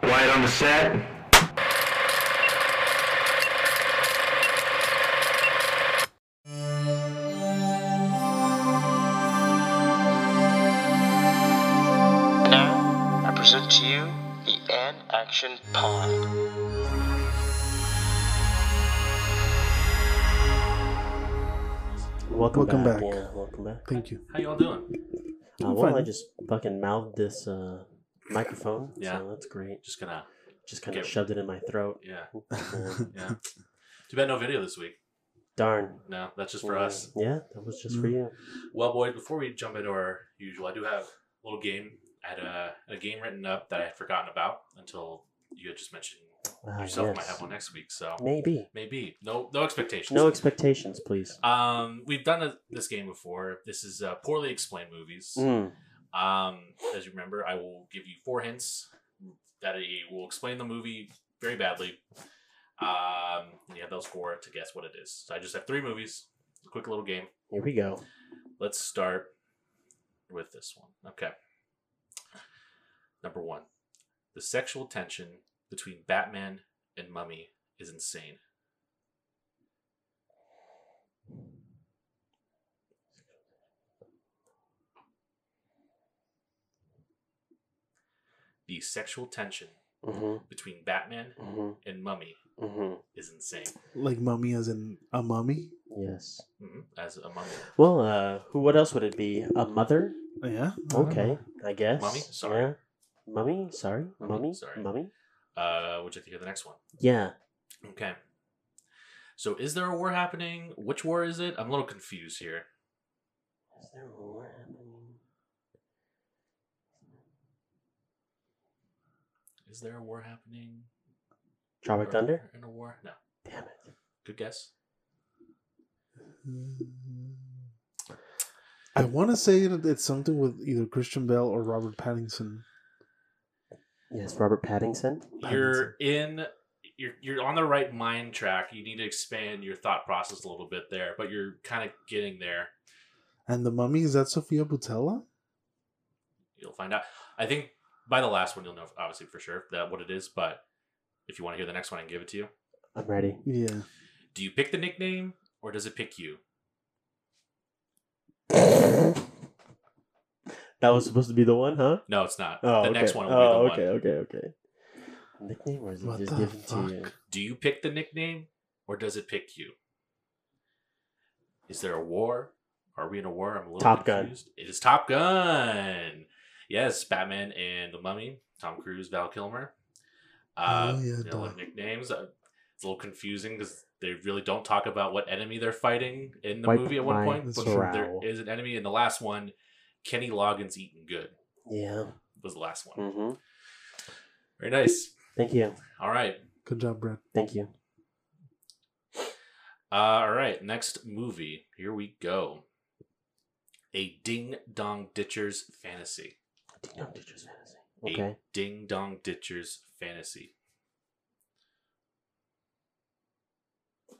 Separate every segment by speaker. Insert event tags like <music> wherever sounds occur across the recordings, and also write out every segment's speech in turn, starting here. Speaker 1: Quiet on the set.
Speaker 2: Now, I present to you the An Action Pod.
Speaker 3: Welcome,
Speaker 4: Welcome
Speaker 3: back.
Speaker 4: back.
Speaker 3: Yeah, welcome back.
Speaker 4: Thank
Speaker 5: <laughs>
Speaker 4: you. <laughs>
Speaker 5: How y'all doing?
Speaker 3: Uh,
Speaker 4: I'm
Speaker 3: well, I
Speaker 4: fine.
Speaker 3: just fucking mouthed this uh, microphone.
Speaker 5: Yeah.
Speaker 3: So that's great.
Speaker 5: Just gonna,
Speaker 3: Just kind of
Speaker 5: Get-
Speaker 3: shoved it in my throat.
Speaker 5: yeah,
Speaker 3: Um,
Speaker 5: yeah. Too bad no video this week.
Speaker 3: darn.
Speaker 5: No, that's just for
Speaker 3: Uh,
Speaker 5: us.
Speaker 3: Yeah, Mm. that was just for you.
Speaker 5: Well, boys, before we jump into our usual, I do have a little game. I had a, a game written up that I had forgotten about until you had just mentioned
Speaker 3: Ah,
Speaker 5: yourself might
Speaker 3: yes.
Speaker 5: have one next week. So
Speaker 3: Maybe.
Speaker 5: maybe no no expectations.
Speaker 3: No expectations, please.
Speaker 5: um, we've done a, this game before. This is uh, poorly explained movies.
Speaker 3: Mm.
Speaker 5: Um, as you remember, I will give you four hints that it will explain the movie very badly. Um, and you have those four to guess what it is. So I just have three movies. Quick little game.
Speaker 3: Here we go.
Speaker 5: Let's start with this one. Okay. Number one, the sexual tension between Batman and Mummy is insane. The sexual tension
Speaker 3: Mm-hmm.
Speaker 5: between Batman
Speaker 3: Mm-hmm.
Speaker 5: and Mummy
Speaker 3: Mm-hmm.
Speaker 5: is insane.
Speaker 4: Like mummy as in a mummy?
Speaker 3: Yes.
Speaker 5: Mhm, As a mummy,
Speaker 3: Well, uh, who? What else would it be? A mother?
Speaker 4: Yeah. I don't know.
Speaker 3: Okay, I guess.
Speaker 5: Mummy? Sorry.
Speaker 3: Yeah. Mummy? Sorry.
Speaker 5: Mummy?
Speaker 3: Mummy?
Speaker 5: Sorry.
Speaker 3: Mummy?
Speaker 5: uh, would you like to hear the next one?
Speaker 3: Yeah.
Speaker 5: Okay. So is there a war happening? Which war is it? I'm a little confused here.
Speaker 3: Is there more happening?
Speaker 5: Is there a war happening?
Speaker 3: Tropic
Speaker 5: Or-
Speaker 3: Thunder?
Speaker 5: In a war? No.
Speaker 3: Damn it.
Speaker 5: Good guess.
Speaker 4: I want to say that it's something with either Christian Bell or Robert Pattinson.
Speaker 3: Yes, Robert Pattinson.
Speaker 5: You're in you're you're on the right mind track. You need to expand your thought process a little bit there, but you're kind of getting there.
Speaker 4: And the mummy, is that Sophia Butella?
Speaker 5: You'll find out. I think by the last one you'll know obviously for sure that what it is, but if you want to hear the next one, I can give it to you.
Speaker 3: I'm ready.
Speaker 4: Yeah.
Speaker 5: Do you pick the nickname or does it pick you?
Speaker 3: that was supposed to be the one, huh?
Speaker 5: No, it's not.
Speaker 3: Oh,
Speaker 5: the
Speaker 3: okay.
Speaker 5: next one will
Speaker 3: oh,
Speaker 5: be the
Speaker 3: okay,
Speaker 5: one.
Speaker 3: okay, okay. Nickname or is it
Speaker 4: What
Speaker 3: just
Speaker 4: the
Speaker 3: given to you?
Speaker 4: fuck?
Speaker 5: Do you pick the nickname or does it pick you? Is there a war? Are we in a war? I'm a little
Speaker 3: Top Gun.
Speaker 5: confused. It is Top Gun. Yes, Batman and the Mummy, Tom Cruise, Val Kilmer. Uh,
Speaker 4: Oh, yeah,
Speaker 5: you know,
Speaker 4: duh.
Speaker 5: like nicknames. Uh, it's a little confusing because they really don't talk about what enemy they're fighting in the
Speaker 3: Wipe
Speaker 5: movie at one
Speaker 3: my
Speaker 5: point. But
Speaker 3: brow.
Speaker 5: there is an enemy in the last one. Kenny Loggins eating good
Speaker 3: Yeah.
Speaker 5: was the last one.
Speaker 3: Mm-hmm.
Speaker 5: Very nice.
Speaker 3: Thank you.
Speaker 5: All right.
Speaker 4: Good job, Brad.
Speaker 3: Thank you.
Speaker 5: Uh, all right, next movie. Here we go. A Ding Dong Ditcher's Fantasy.
Speaker 3: Ding Dong Teacher's Fantasy.
Speaker 5: A
Speaker 3: Okay.
Speaker 5: Ding Dong Ditcher's Fantasy.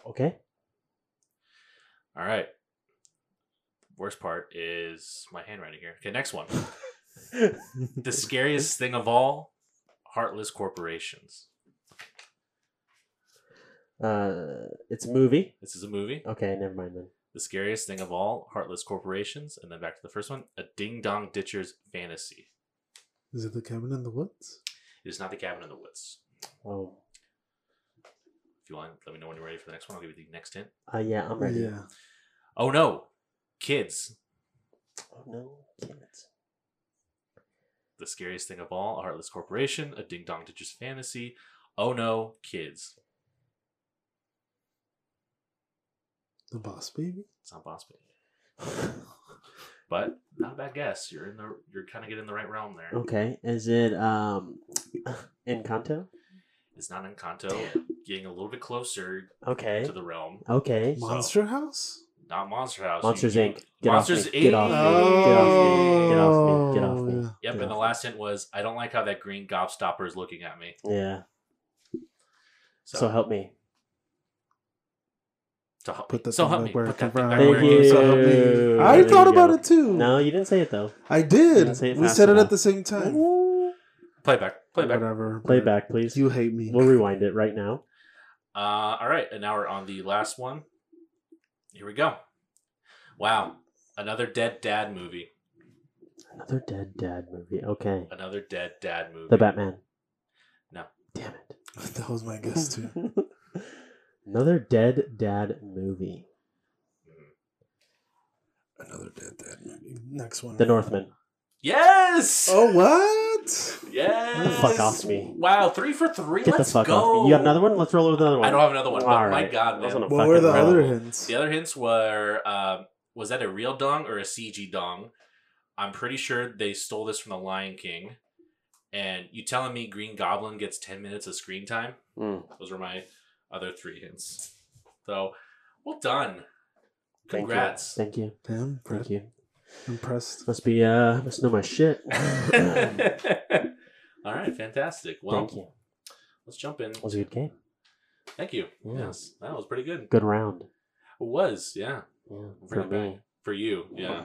Speaker 3: Okay.
Speaker 5: All right. Worst part is my handwriting here. Okay, next one. <laughs> the scariest thing of all Heartless Corporations.
Speaker 3: <laughs> Uh, it's a movie.
Speaker 5: This is a movie.
Speaker 3: Okay, never mind then.
Speaker 5: The scariest thing of all Heartless Corporations. And then back to the first one A Ding Dong Ditcher's Fantasy.
Speaker 4: Is it the cabin in the woods?
Speaker 5: It is not the cabin in the woods.
Speaker 3: Oh,
Speaker 5: If you want, let me know when you're ready for the next one. I'll give you the next hint.
Speaker 3: uh, yeah, I'm ready.
Speaker 4: Yeah.
Speaker 5: Oh no, kids.
Speaker 3: Oh no, kids.
Speaker 5: The scariest thing of all, a heartless corporation, a ding dong ditcher's fantasy. Oh no, kids.
Speaker 4: The boss baby?
Speaker 5: It's not Boss Baby. but not a bad guess. You're in the you're kind of getting the right realm there.
Speaker 4: Oh.
Speaker 3: Okay, is it um, Encanto?
Speaker 5: It's not Encanto. Getting a little bit closer
Speaker 4: Eh?
Speaker 3: Okay.
Speaker 5: to the realm.
Speaker 3: Okay.
Speaker 5: So-
Speaker 4: Monster House?
Speaker 5: Not Monster House.
Speaker 3: Monsters
Speaker 5: You-
Speaker 3: Inc. Get
Speaker 5: Monsters
Speaker 3: off me. Get
Speaker 5: Inc.
Speaker 3: off me. Get off me. Get off me. Get off me.
Speaker 4: Oh, yeah.
Speaker 5: Yep,
Speaker 3: Get
Speaker 5: and the
Speaker 3: off
Speaker 5: last hint was I don't like how that green gobstopper is looking at me.
Speaker 3: me. Yeah.
Speaker 5: So,
Speaker 3: so help me.
Speaker 5: so help
Speaker 4: Put
Speaker 5: me.
Speaker 4: that
Speaker 5: So
Speaker 4: thing
Speaker 5: help
Speaker 4: back
Speaker 5: me.
Speaker 4: where
Speaker 5: Put
Speaker 4: it
Speaker 5: that
Speaker 4: came
Speaker 5: thing
Speaker 4: from.
Speaker 5: back
Speaker 3: Thank
Speaker 5: where it
Speaker 3: you.
Speaker 5: came
Speaker 4: So
Speaker 5: from.
Speaker 4: help me.
Speaker 3: There
Speaker 4: I
Speaker 3: you
Speaker 4: thought
Speaker 3: go.
Speaker 4: about it too.
Speaker 3: No, you didn't say it though.
Speaker 4: I
Speaker 3: You didn't
Speaker 4: did.
Speaker 3: say it
Speaker 4: We
Speaker 3: fast
Speaker 4: said it
Speaker 3: enough.
Speaker 4: at the same time.
Speaker 5: Playback. Playback.
Speaker 4: whatever. but
Speaker 3: Playback, please.
Speaker 4: You hate me.
Speaker 3: We'll rewind it right now.
Speaker 5: Uh, all right, and now we're on the last one. Here we go. Wow, another dead dad movie.
Speaker 3: Another dead dad movie. Okay.
Speaker 5: Another dead dad movie.
Speaker 3: The Batman.
Speaker 5: No.
Speaker 3: Damn
Speaker 4: <laughs> that was my guess too.
Speaker 3: it. <laughs> Another dead dad movie.
Speaker 5: Mhm.
Speaker 4: Another dead dad movie. Next one.
Speaker 3: The Northman.
Speaker 5: Yes.
Speaker 4: Oh what?
Speaker 5: Yes.
Speaker 3: Fuck off me.
Speaker 5: Wow, three for three.
Speaker 3: Get
Speaker 5: Let's
Speaker 3: the fuck
Speaker 5: go.
Speaker 3: off me. You got another one? Let's roll with another one.
Speaker 5: I don't have another one. But
Speaker 3: All
Speaker 5: My
Speaker 3: right.
Speaker 5: God,
Speaker 3: Wasn't
Speaker 5: man.
Speaker 3: a-
Speaker 4: What were the
Speaker 3: Fucking
Speaker 4: other
Speaker 3: incredible.
Speaker 4: hints?
Speaker 5: The other hints were: um, was that a real dong or a CG dong? I'm pretty sure they stole this from The Lion King. And you telling me Green Goblin gets ten minutes of screen time?
Speaker 3: Mm.
Speaker 5: Those were my other three hints. So, well done.
Speaker 3: Thank you.
Speaker 5: Congrats.
Speaker 3: Thank you.
Speaker 4: Damn, Brett,
Speaker 3: Thank you.
Speaker 4: impressed.
Speaker 3: Must be uh must know my
Speaker 5: <laughs>
Speaker 3: shit.
Speaker 5: All right, fantastic. Well,
Speaker 3: Thank you.
Speaker 5: let's jump in.
Speaker 3: It was a good game.
Speaker 5: Thank you.
Speaker 3: Yeah.
Speaker 5: Yes, that was pretty good. It
Speaker 3: Good round.
Speaker 5: was, yeah,
Speaker 3: Yeah.
Speaker 5: Bring
Speaker 3: For
Speaker 5: it back.
Speaker 3: me.
Speaker 5: for you, yeah.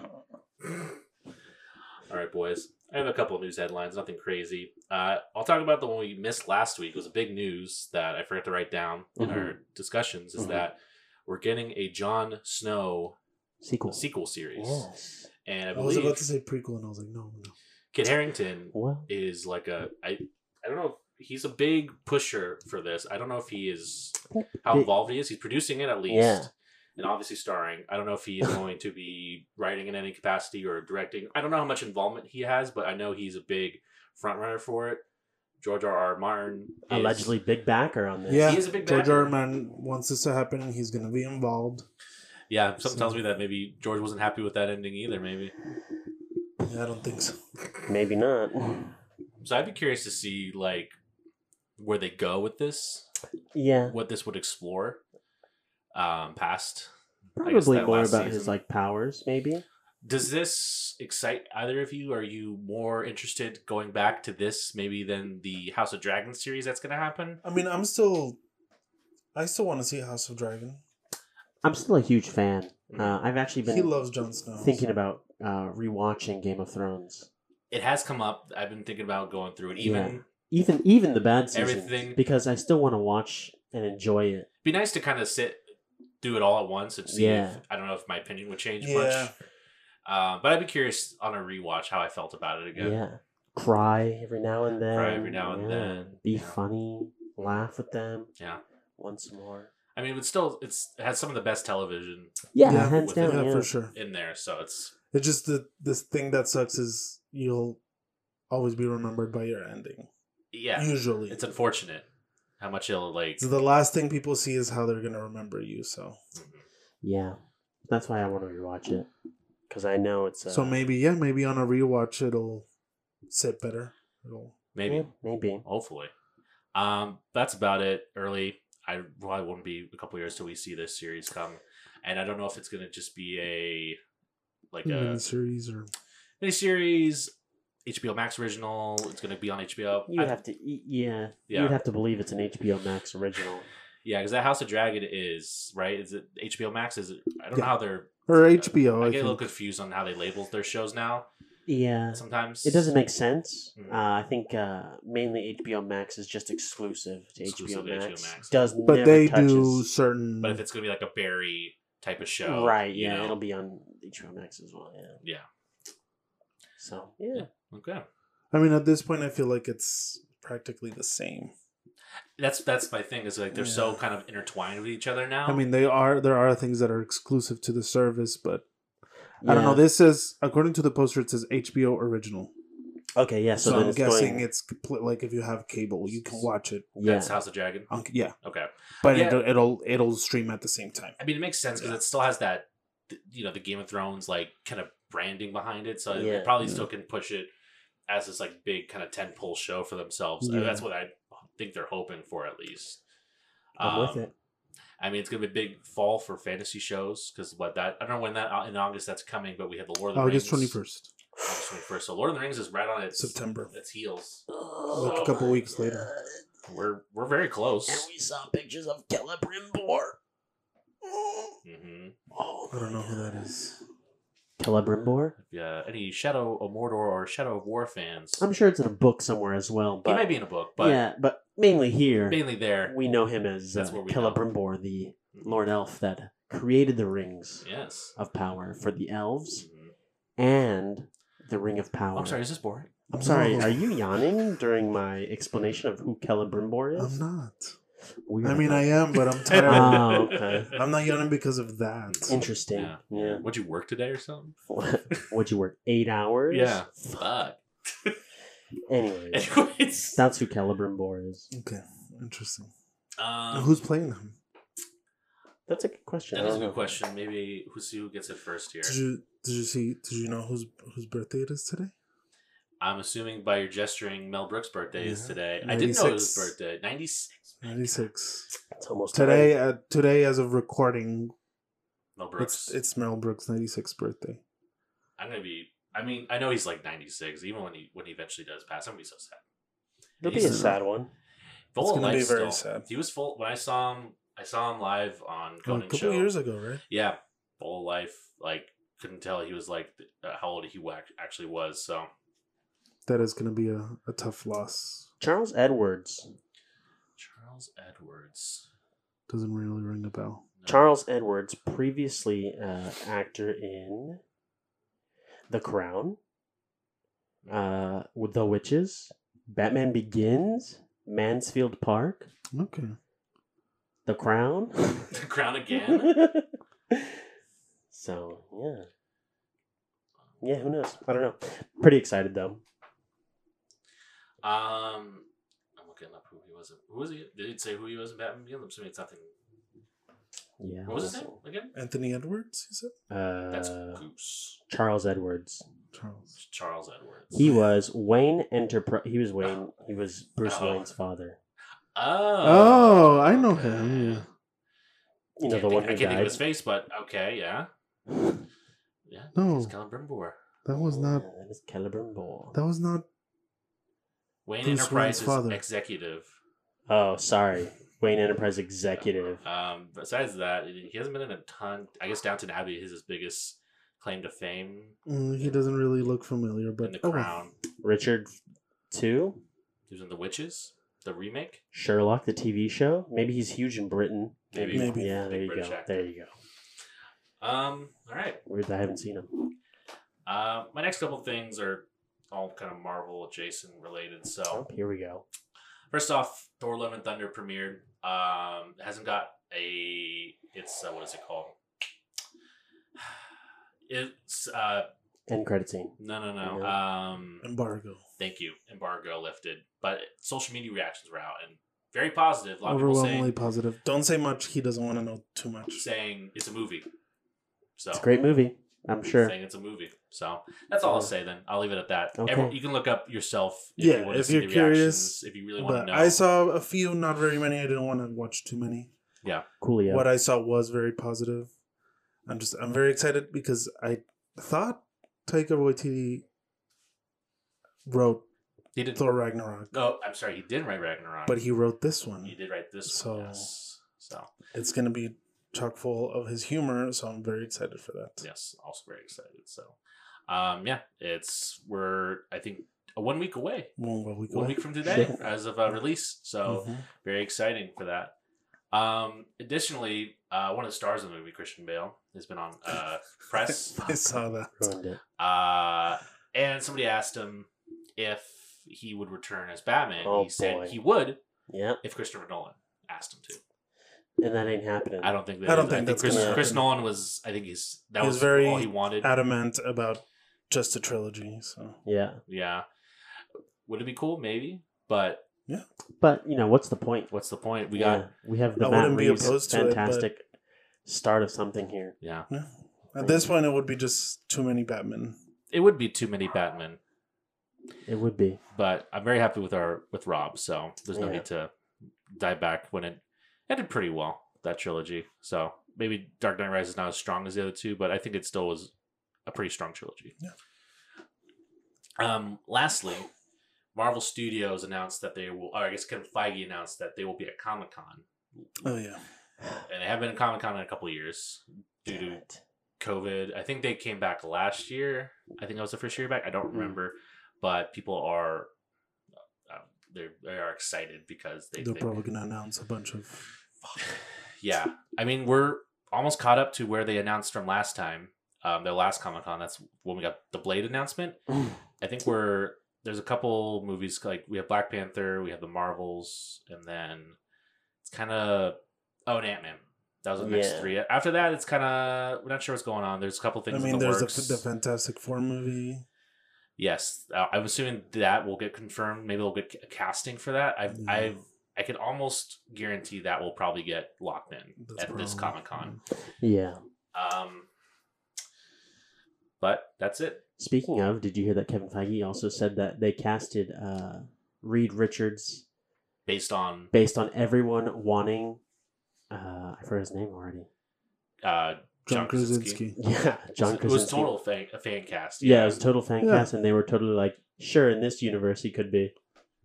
Speaker 5: All right, boys. I have a couple of news headlines. Nothing crazy. Uh, I'll talk about the one we missed last week. It was a big news that I forgot to write down in
Speaker 3: Mhm.
Speaker 5: our
Speaker 4: Mm-hmm.
Speaker 5: discussions. Is
Speaker 3: Mhm.
Speaker 5: that we're getting a Jon Snow
Speaker 3: Sequel.
Speaker 5: sequel series,
Speaker 3: Yes.
Speaker 5: and I
Speaker 4: Oh. I,
Speaker 5: believe
Speaker 4: was about to say prequel, and I was like, no, no.
Speaker 5: Kit Harrington
Speaker 3: Well
Speaker 5: is like a I I don't know if he's a big pusher for this. I don't know if he is how
Speaker 3: Big-
Speaker 5: involved he is. He's producing it at least.
Speaker 3: Yeah.
Speaker 5: And obviously starring. I don't know
Speaker 3: <laughs>
Speaker 5: if he's going to be writing in any capacity or directing. I don't know how much involvement he has, but I know he's a big front runner for it. George R. R. Martin is-
Speaker 3: allegedly big backer on this.
Speaker 4: Yeah,
Speaker 5: He is a big
Speaker 4: George
Speaker 5: backer.
Speaker 4: R. R. Martin wants this to happen, and he's gonna be involved.
Speaker 5: Yeah, something tells me that maybe George wasn't happy with that ending either. Maybe.
Speaker 4: Yeah, I don't think so.
Speaker 3: Maybe
Speaker 5: <sighs>
Speaker 3: not.
Speaker 5: So I'd be curious to see like where they go with this,
Speaker 3: Yeah.
Speaker 5: what this would explore, um, past I guess
Speaker 3: Probably
Speaker 5: that
Speaker 3: more
Speaker 5: last
Speaker 3: about his
Speaker 5: season-
Speaker 3: like powers, maybe.
Speaker 5: Does this excite either of you? Are you more interested going back to this maybe than the House of Dragons series that's going to happen?
Speaker 4: I mean, I'm still, I still want to see House of Dragon.
Speaker 3: I'm still a huge fan.
Speaker 5: Mm.
Speaker 3: Uh, I've actually
Speaker 4: He
Speaker 3: been
Speaker 4: loves Jon Snow.
Speaker 3: thinking about uh, rewatching Game of Thrones.
Speaker 5: It has come up. I've been thinking about going through it. Even
Speaker 3: Yeah. Even even the bad seasons,
Speaker 5: Everything-
Speaker 3: because I still want to watch and enjoy it.
Speaker 5: be nice to kind of sit, do it all at once and see.
Speaker 3: Yeah.
Speaker 5: If, I don't know if my opinion would change
Speaker 4: Yeah.
Speaker 5: much. Uh, but I'd be curious on a rewatch how I felt about it
Speaker 3: Yeah.
Speaker 5: again.
Speaker 3: Cry every now and then.
Speaker 5: Cry every now and
Speaker 3: yeah.
Speaker 5: then.
Speaker 3: Be
Speaker 5: Yeah.
Speaker 3: funny. Laugh with them.
Speaker 5: Yeah.
Speaker 3: Once more.
Speaker 5: I mean, it's still it's it has some of the best television
Speaker 3: Yeah,
Speaker 4: Yeah,
Speaker 3: hands
Speaker 5: with it.
Speaker 3: down.
Speaker 4: yeah,
Speaker 3: yeah.
Speaker 4: for sure.
Speaker 5: in there, so it's
Speaker 4: It's just that this thing that sucks is you'll always be remembered by your ending.
Speaker 5: yeah,
Speaker 4: Usually,
Speaker 5: it's unfortunate how much it'll like.
Speaker 4: so the last thing people see is how they're gonna remember you. So,
Speaker 5: Mhm.
Speaker 3: Yeah. That's why I want to rewatch it because I know it's. Uh,
Speaker 4: so maybe yeah, maybe on a rewatch it'll sit better. It'll,
Speaker 5: Maybe.
Speaker 3: yeah, maybe.
Speaker 5: hopefully. Um, that's about it. Early, I probably won't be a couple years till we see this series come, and I don't know if it's gonna just be a like a
Speaker 4: miniseries or
Speaker 3: Mm-hmm.
Speaker 5: miniseries, HBO Max original. It's gonna be on HBO.
Speaker 3: You
Speaker 5: I-
Speaker 3: have to. y- Yeah.
Speaker 5: Yeah.
Speaker 3: You'd have to believe it's an HBO Max original.
Speaker 5: yeah, because that House of Dragon is right. Is it HBO Max? Is it? I don't
Speaker 4: Yeah.
Speaker 5: know how they're.
Speaker 4: or HBO.
Speaker 5: I,
Speaker 4: Oh, I,
Speaker 5: get a little
Speaker 4: think.
Speaker 5: confused on how they label their shows now.
Speaker 3: yeah.
Speaker 5: Sometimes
Speaker 3: It doesn't make sense.
Speaker 4: Mm-hmm.
Speaker 5: Mhm.
Speaker 3: Uh, I think uh, mainly HBO Max is just exclusive to
Speaker 5: Exclusive to
Speaker 3: HBO
Speaker 5: HBO
Speaker 3: Max.
Speaker 5: Max.
Speaker 3: Does
Speaker 4: but
Speaker 3: never
Speaker 4: they
Speaker 3: touches,
Speaker 4: do certain.
Speaker 5: But if it's gonna be like a Barry type of show,
Speaker 3: right.
Speaker 5: you
Speaker 3: Yeah,
Speaker 5: know?
Speaker 3: it'll be on HBO Max as well. Yeah.
Speaker 5: yeah.
Speaker 3: So yeah,
Speaker 5: Okay,
Speaker 4: I mean, at this point, I feel like it's practically the same.
Speaker 5: that's that's my thing. Is like they're so
Speaker 4: Yeah.
Speaker 5: kind of intertwined with each other now.
Speaker 4: I mean, they are there are things that are exclusive to the service, but I don't
Speaker 3: Yeah.
Speaker 4: know. This is according to the poster, it says HBO original.
Speaker 3: Okay. Yeah. So,
Speaker 4: So,
Speaker 3: then
Speaker 4: I'm
Speaker 3: it's
Speaker 4: guessing
Speaker 3: going,
Speaker 4: it's compl- like if you have cable, you can watch it.
Speaker 3: yeah.
Speaker 5: That's House of Dragon.
Speaker 4: On, yeah,
Speaker 5: Okay.
Speaker 4: but
Speaker 5: Yeah.
Speaker 4: It'll, it'll it'll stream at the same time.
Speaker 5: I mean, it makes sense because it still has that, th- you know, the Game of Thrones like kind of branding behind it, so it-
Speaker 3: Yeah.
Speaker 5: it probably still can push it as this like big kind of tentpole show for themselves. Uh,
Speaker 4: Yeah.
Speaker 5: That's what I think they're hoping for at least.
Speaker 3: I'm with
Speaker 5: Um,
Speaker 3: it.
Speaker 5: I mean, it's gonna be a big fall for fantasy shows because what that I don't know when that uh, in August that's coming, but we have the Lord of the
Speaker 4: August twenty
Speaker 5: Rings.
Speaker 4: first,
Speaker 5: August twenty first. So Lord of the Rings is right on its
Speaker 4: September.
Speaker 5: its heels.
Speaker 4: Like a couple weeks later.
Speaker 5: We're we're very close.
Speaker 3: And we saw pictures of Celebrimbor.
Speaker 5: hmm
Speaker 3: Oh,
Speaker 4: I don't know who that is.
Speaker 3: Celebrimbor.
Speaker 5: Yeah, uh, any Shadow of Mordor or Shadow of War fans,
Speaker 3: I'm sure it's in a book somewhere as well,
Speaker 5: he
Speaker 3: but
Speaker 5: might be in a book, but
Speaker 3: yeah, but mainly here
Speaker 5: mainly there.
Speaker 3: we know him as uh,
Speaker 5: That's where we know.
Speaker 3: Celebrimbor, the Lord Elf that created the rings
Speaker 5: Yes.
Speaker 3: of power for the elves
Speaker 5: Mhm.
Speaker 4: Mm-hmm.
Speaker 3: and the Ring of Power.
Speaker 5: I'm sorry. Is this
Speaker 4: <laughs>
Speaker 5: boring?
Speaker 3: I'm sorry.
Speaker 4: No.
Speaker 3: Are you yawning during my explanation of who Celebrimbor
Speaker 4: I'm
Speaker 3: is?
Speaker 4: not.
Speaker 3: Weird.
Speaker 4: I mean,
Speaker 3: <laughs>
Speaker 4: I am, but
Speaker 5: <laughs>
Speaker 4: I'm tired.
Speaker 3: Oh, okay.
Speaker 4: <laughs> I'm not yawning because of that.
Speaker 5: Oh.
Speaker 3: Interesting.
Speaker 5: Yeah.
Speaker 3: yeah.
Speaker 5: Would you work today or something?
Speaker 3: Would you work eight hours?
Speaker 5: Yeah. Fuck.
Speaker 3: Anyways,
Speaker 5: <laughs> Anyways.
Speaker 3: that's who Celebrimbor is.
Speaker 4: Okay, interesting.
Speaker 5: Um,
Speaker 4: Who's playing him?
Speaker 3: That's a good question.
Speaker 5: That
Speaker 3: I
Speaker 5: is a
Speaker 3: don't
Speaker 5: good
Speaker 3: know.
Speaker 5: question. Maybe who see who gets it first here.
Speaker 4: Did you did you see? Did you know whose whose birthday it is today?
Speaker 5: I'm assuming by your gesturing, Mel Brooks' birthday is
Speaker 4: Yeah.
Speaker 5: today. I didn't know it was his
Speaker 4: 96.
Speaker 5: birthday. 96.
Speaker 4: Ninety six.
Speaker 3: It's almost
Speaker 4: Today, uh, today as of recording,
Speaker 5: Mel Brooks.
Speaker 4: it's it's Mel Brooks' ninety sixth birthday.
Speaker 5: I'm gonna be. I mean, I know he's like 96. Even when he when he eventually does pass, I'm gonna be so sad.
Speaker 3: It'll be a
Speaker 5: He's
Speaker 3: sad one.
Speaker 5: Full
Speaker 4: It's
Speaker 5: of
Speaker 4: gonna be
Speaker 5: life
Speaker 4: very
Speaker 5: still.
Speaker 4: sad.
Speaker 5: He was full when I saw him. I saw him live on
Speaker 4: Well, a
Speaker 5: Conan
Speaker 4: couple
Speaker 5: show.
Speaker 4: years ago, right?
Speaker 5: Yeah, full of life. Like couldn't tell he was like th- uh, how old he wa- actually was. So
Speaker 4: That is going to be a, a tough loss.
Speaker 3: Charles Edwards.
Speaker 5: Charles Edwards.
Speaker 4: Doesn't really ring a bell.
Speaker 5: No.
Speaker 3: Charles Edwards, previously uh, actor in The Crown, uh, with The Witches, Batman Begins, Mansfield Park,
Speaker 4: Okay.
Speaker 3: The Crown.
Speaker 5: <laughs> The Crown again.
Speaker 4: <laughs>
Speaker 3: <laughs> so yeah, yeah. Who knows? I don't know. Pretty excited though.
Speaker 5: Um, I'm looking up who he was. in- Who was he? Did it say who he was in Batman Begins? I'm assuming it's nothing.
Speaker 3: Yeah.
Speaker 5: What was his name again?
Speaker 4: Anthony Edwards, you said?
Speaker 3: Uh,
Speaker 5: That's Goose.
Speaker 3: Charles Edwards.
Speaker 4: Charles.
Speaker 5: Charles Edwards.
Speaker 3: He was Wayne Enterprise. He was Wayne. He was Bruce
Speaker 5: Oh, Oh.
Speaker 3: Wayne's father.
Speaker 5: Oh.
Speaker 4: Oh, I know him, yeah.
Speaker 3: You know the one
Speaker 5: Can't think- I
Speaker 3: who
Speaker 5: can't think of his
Speaker 3: died.
Speaker 5: face, but okay, yeah, yeah.
Speaker 4: No.
Speaker 5: It's Celebrimbor.
Speaker 4: That was not.
Speaker 3: Yeah, that is Celebrimbor.
Speaker 4: That was not.
Speaker 5: Wayne
Speaker 4: Bruce Wayne's
Speaker 5: Enterprises
Speaker 4: father.
Speaker 5: executive.
Speaker 3: Oh, sorry. Wayne Enterprise executive.
Speaker 5: Um, besides that, he hasn't been in a ton. I guess Downton Abbey is his biggest claim to fame.
Speaker 4: mm, he doesn't really look familiar,
Speaker 5: In
Speaker 4: but
Speaker 5: the
Speaker 4: oh,
Speaker 5: Crown,
Speaker 3: Richard Two.
Speaker 5: he was in The Witches, the remake.
Speaker 3: Sherlock, the TV show. Maybe he's huge in Britain.
Speaker 5: Maybe.
Speaker 4: Maybe.
Speaker 3: Yeah,
Speaker 5: Big
Speaker 3: there you
Speaker 5: British
Speaker 3: go.
Speaker 5: actor.
Speaker 3: There you go.
Speaker 5: Um, all right.
Speaker 3: Weird that I haven't seen him.
Speaker 5: Uh, my next couple things are all kind of Marvel Jason related. So
Speaker 3: Oh, here we go.
Speaker 5: First off, Thor: Love and Thunder premiered. Um, it hasn't got a. It's uh, what is it called? <sighs> It's uh
Speaker 3: End credit scene.
Speaker 5: no no no.
Speaker 3: No.
Speaker 5: Um,
Speaker 4: Embargo.
Speaker 5: thank you. Embargo lifted, but social media reactions were out and very positive. A lot of people
Speaker 4: Overwhelmingly
Speaker 5: saying
Speaker 4: positive. Don't say much. He doesn't want to know too much.
Speaker 5: saying it's a movie. So
Speaker 3: It's a great movie. I'm sure.
Speaker 5: saying it's a movie. So that's all I'll
Speaker 3: Yeah.
Speaker 5: say. Then I'll leave it at that.
Speaker 3: Okay.
Speaker 5: Everyone- you can look up yourself.
Speaker 4: Yeah,
Speaker 5: wanna
Speaker 4: if
Speaker 5: see
Speaker 4: you're
Speaker 5: the
Speaker 4: curious,
Speaker 5: reactions, if you really want to
Speaker 4: But
Speaker 5: know.
Speaker 4: I saw a few, not very many. I didn't want to watch too many.
Speaker 3: Coolio.
Speaker 4: What I saw was very positive. I'm just I'm very excited because I thought Taika Waititi wrote
Speaker 5: He did.
Speaker 4: Thor Ragnarok,
Speaker 5: Oh, I'm sorry. He did write Ragnarok.
Speaker 4: but he wrote this one.
Speaker 5: You did write this
Speaker 4: So-
Speaker 5: one. Yes. So
Speaker 4: It's gonna be chock full of his humor, so I'm very excited for that.
Speaker 5: yes, also very excited. So um yeah, it's we're I think a one week away.
Speaker 4: One well, we
Speaker 5: One
Speaker 4: go.
Speaker 5: week from today
Speaker 3: Shit.
Speaker 5: as of uh, release. So
Speaker 4: Mhm.
Speaker 5: very exciting for that. Um additionally, uh one of the stars of the movie, Christian Bale, has been on
Speaker 3: <laughs>
Speaker 5: uh
Speaker 4: <laughs>
Speaker 5: press.
Speaker 4: I saw that.
Speaker 3: Ruined it.
Speaker 5: Uh and somebody asked him if he would return as Batman.
Speaker 3: Oh,
Speaker 5: he said
Speaker 3: boy.
Speaker 5: he would
Speaker 3: Yeah,
Speaker 5: if Christopher Nolan asked him to.
Speaker 3: and that ain't happening.
Speaker 5: I don't think that
Speaker 4: I don't
Speaker 5: is-
Speaker 4: think that's
Speaker 5: Chris,
Speaker 3: gonna
Speaker 5: Chris
Speaker 4: happen.
Speaker 5: Nolan was I think he's that
Speaker 4: He
Speaker 5: was,
Speaker 4: was very
Speaker 5: all he wanted.
Speaker 4: Adamant about just a trilogy, so
Speaker 3: Yeah,
Speaker 5: Yeah. Would it be cool? Maybe. But
Speaker 3: but you know what's the point?
Speaker 5: what's the point? We
Speaker 3: Yeah,
Speaker 5: got
Speaker 3: we have the
Speaker 4: I
Speaker 3: Matt
Speaker 4: wouldn't be
Speaker 3: Reeves
Speaker 4: opposed to it, but-
Speaker 3: fantastic start of something here.
Speaker 5: yeah.
Speaker 4: yeah. At this point it would be just too many Batman.
Speaker 5: It would be too many Batman,
Speaker 3: It would be.
Speaker 5: but I'm very happy with our with Rob, so there's no
Speaker 3: Yeah.
Speaker 5: need to dive back when it ended pretty well, that trilogy. So maybe Dark Knight Rises is not as strong as the other two, but I think it still was a pretty strong trilogy.
Speaker 4: Yeah.
Speaker 5: Um lastly, Marvel Studios announced that they will or I guess Kevin Feige announced that they will be at Comic Con.
Speaker 4: Oh yeah.
Speaker 5: And they haven't been at Comic Con in a couple of years due
Speaker 3: Damn
Speaker 5: to
Speaker 3: it.
Speaker 5: COVID. I think they came back last year. I think that was the first year back. I don't
Speaker 4: Mm-hmm.
Speaker 3: Mm.
Speaker 5: remember, but people are uh, they're, they are excited because they
Speaker 4: They're
Speaker 5: think-
Speaker 4: probably going to announce a bunch of.
Speaker 5: yeah. I mean, we're almost caught up to where they announced from last time, um, their last Comic Con. That's when we got the Blade announcement. I think we're there's a couple movies like we have Black Panther, we have the Marvels, and then it's kind of oh, and Ant Man. That was the next
Speaker 3: Yeah.
Speaker 5: three. After that, it's kind of we're not sure what's going on. There's a couple things.
Speaker 4: I
Speaker 5: in
Speaker 4: mean,
Speaker 5: the
Speaker 4: there's
Speaker 5: works.
Speaker 4: the, the Fantastic Four movie.
Speaker 5: Yes, uh, I'm assuming that will get confirmed. Maybe they'll get ca- casting for that. I've,
Speaker 3: Mm.
Speaker 4: Yeah.
Speaker 5: I've, I could almost guarantee that will probably get locked in
Speaker 4: That's
Speaker 5: at this
Speaker 4: probably-
Speaker 5: Comic Con.
Speaker 3: <sighs> yeah.
Speaker 5: Um, but that's it.
Speaker 3: Speaking of, did you hear that Kevin Feige also said that they casted uh, Reed Richards
Speaker 5: Based on
Speaker 3: based on everyone wanting. Uh, I forgot his name already. <laughs>
Speaker 5: uh,
Speaker 4: John
Speaker 5: John
Speaker 4: Krasinski.
Speaker 5: Krasinski.
Speaker 3: Yeah, John.
Speaker 5: it was
Speaker 3: Krasinski.
Speaker 5: total fan, a fan cast.
Speaker 3: Yeah, it was a total fan
Speaker 4: Yeah.
Speaker 3: cast, and they were totally like, sure, in this universe he could be.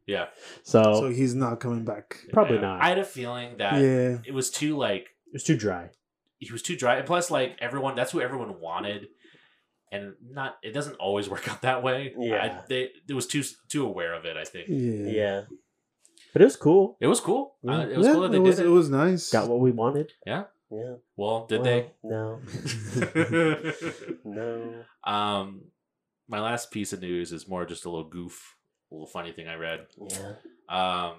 Speaker 5: Yeah.
Speaker 3: So,
Speaker 4: So he's not coming back.
Speaker 3: probably
Speaker 5: Yeah.
Speaker 3: not.
Speaker 5: I had a feeling that
Speaker 4: yeah.
Speaker 5: it was too like
Speaker 3: it was too dry.
Speaker 5: he was too dry, and plus like everyone, that's who everyone wanted, and not it doesn't always <laughs> work out that way.
Speaker 3: Yeah.
Speaker 5: I, they it was too too aware of it. I think
Speaker 4: Yeah.
Speaker 3: Yeah. But it was cool.
Speaker 5: it was cool.
Speaker 3: Yeah.
Speaker 5: Uh, it was
Speaker 4: Yeah,
Speaker 5: cool that they
Speaker 4: it was,
Speaker 5: did it.
Speaker 4: it was nice.
Speaker 3: Got what we wanted.
Speaker 5: Yeah?
Speaker 3: Yeah.
Speaker 5: well, did
Speaker 3: No.
Speaker 4: yeah,
Speaker 5: they?
Speaker 3: No.
Speaker 5: <laughs>
Speaker 4: <laughs>
Speaker 5: um, my last piece of news is more just a little goof, a little funny thing I read.
Speaker 3: Yeah.
Speaker 5: Um,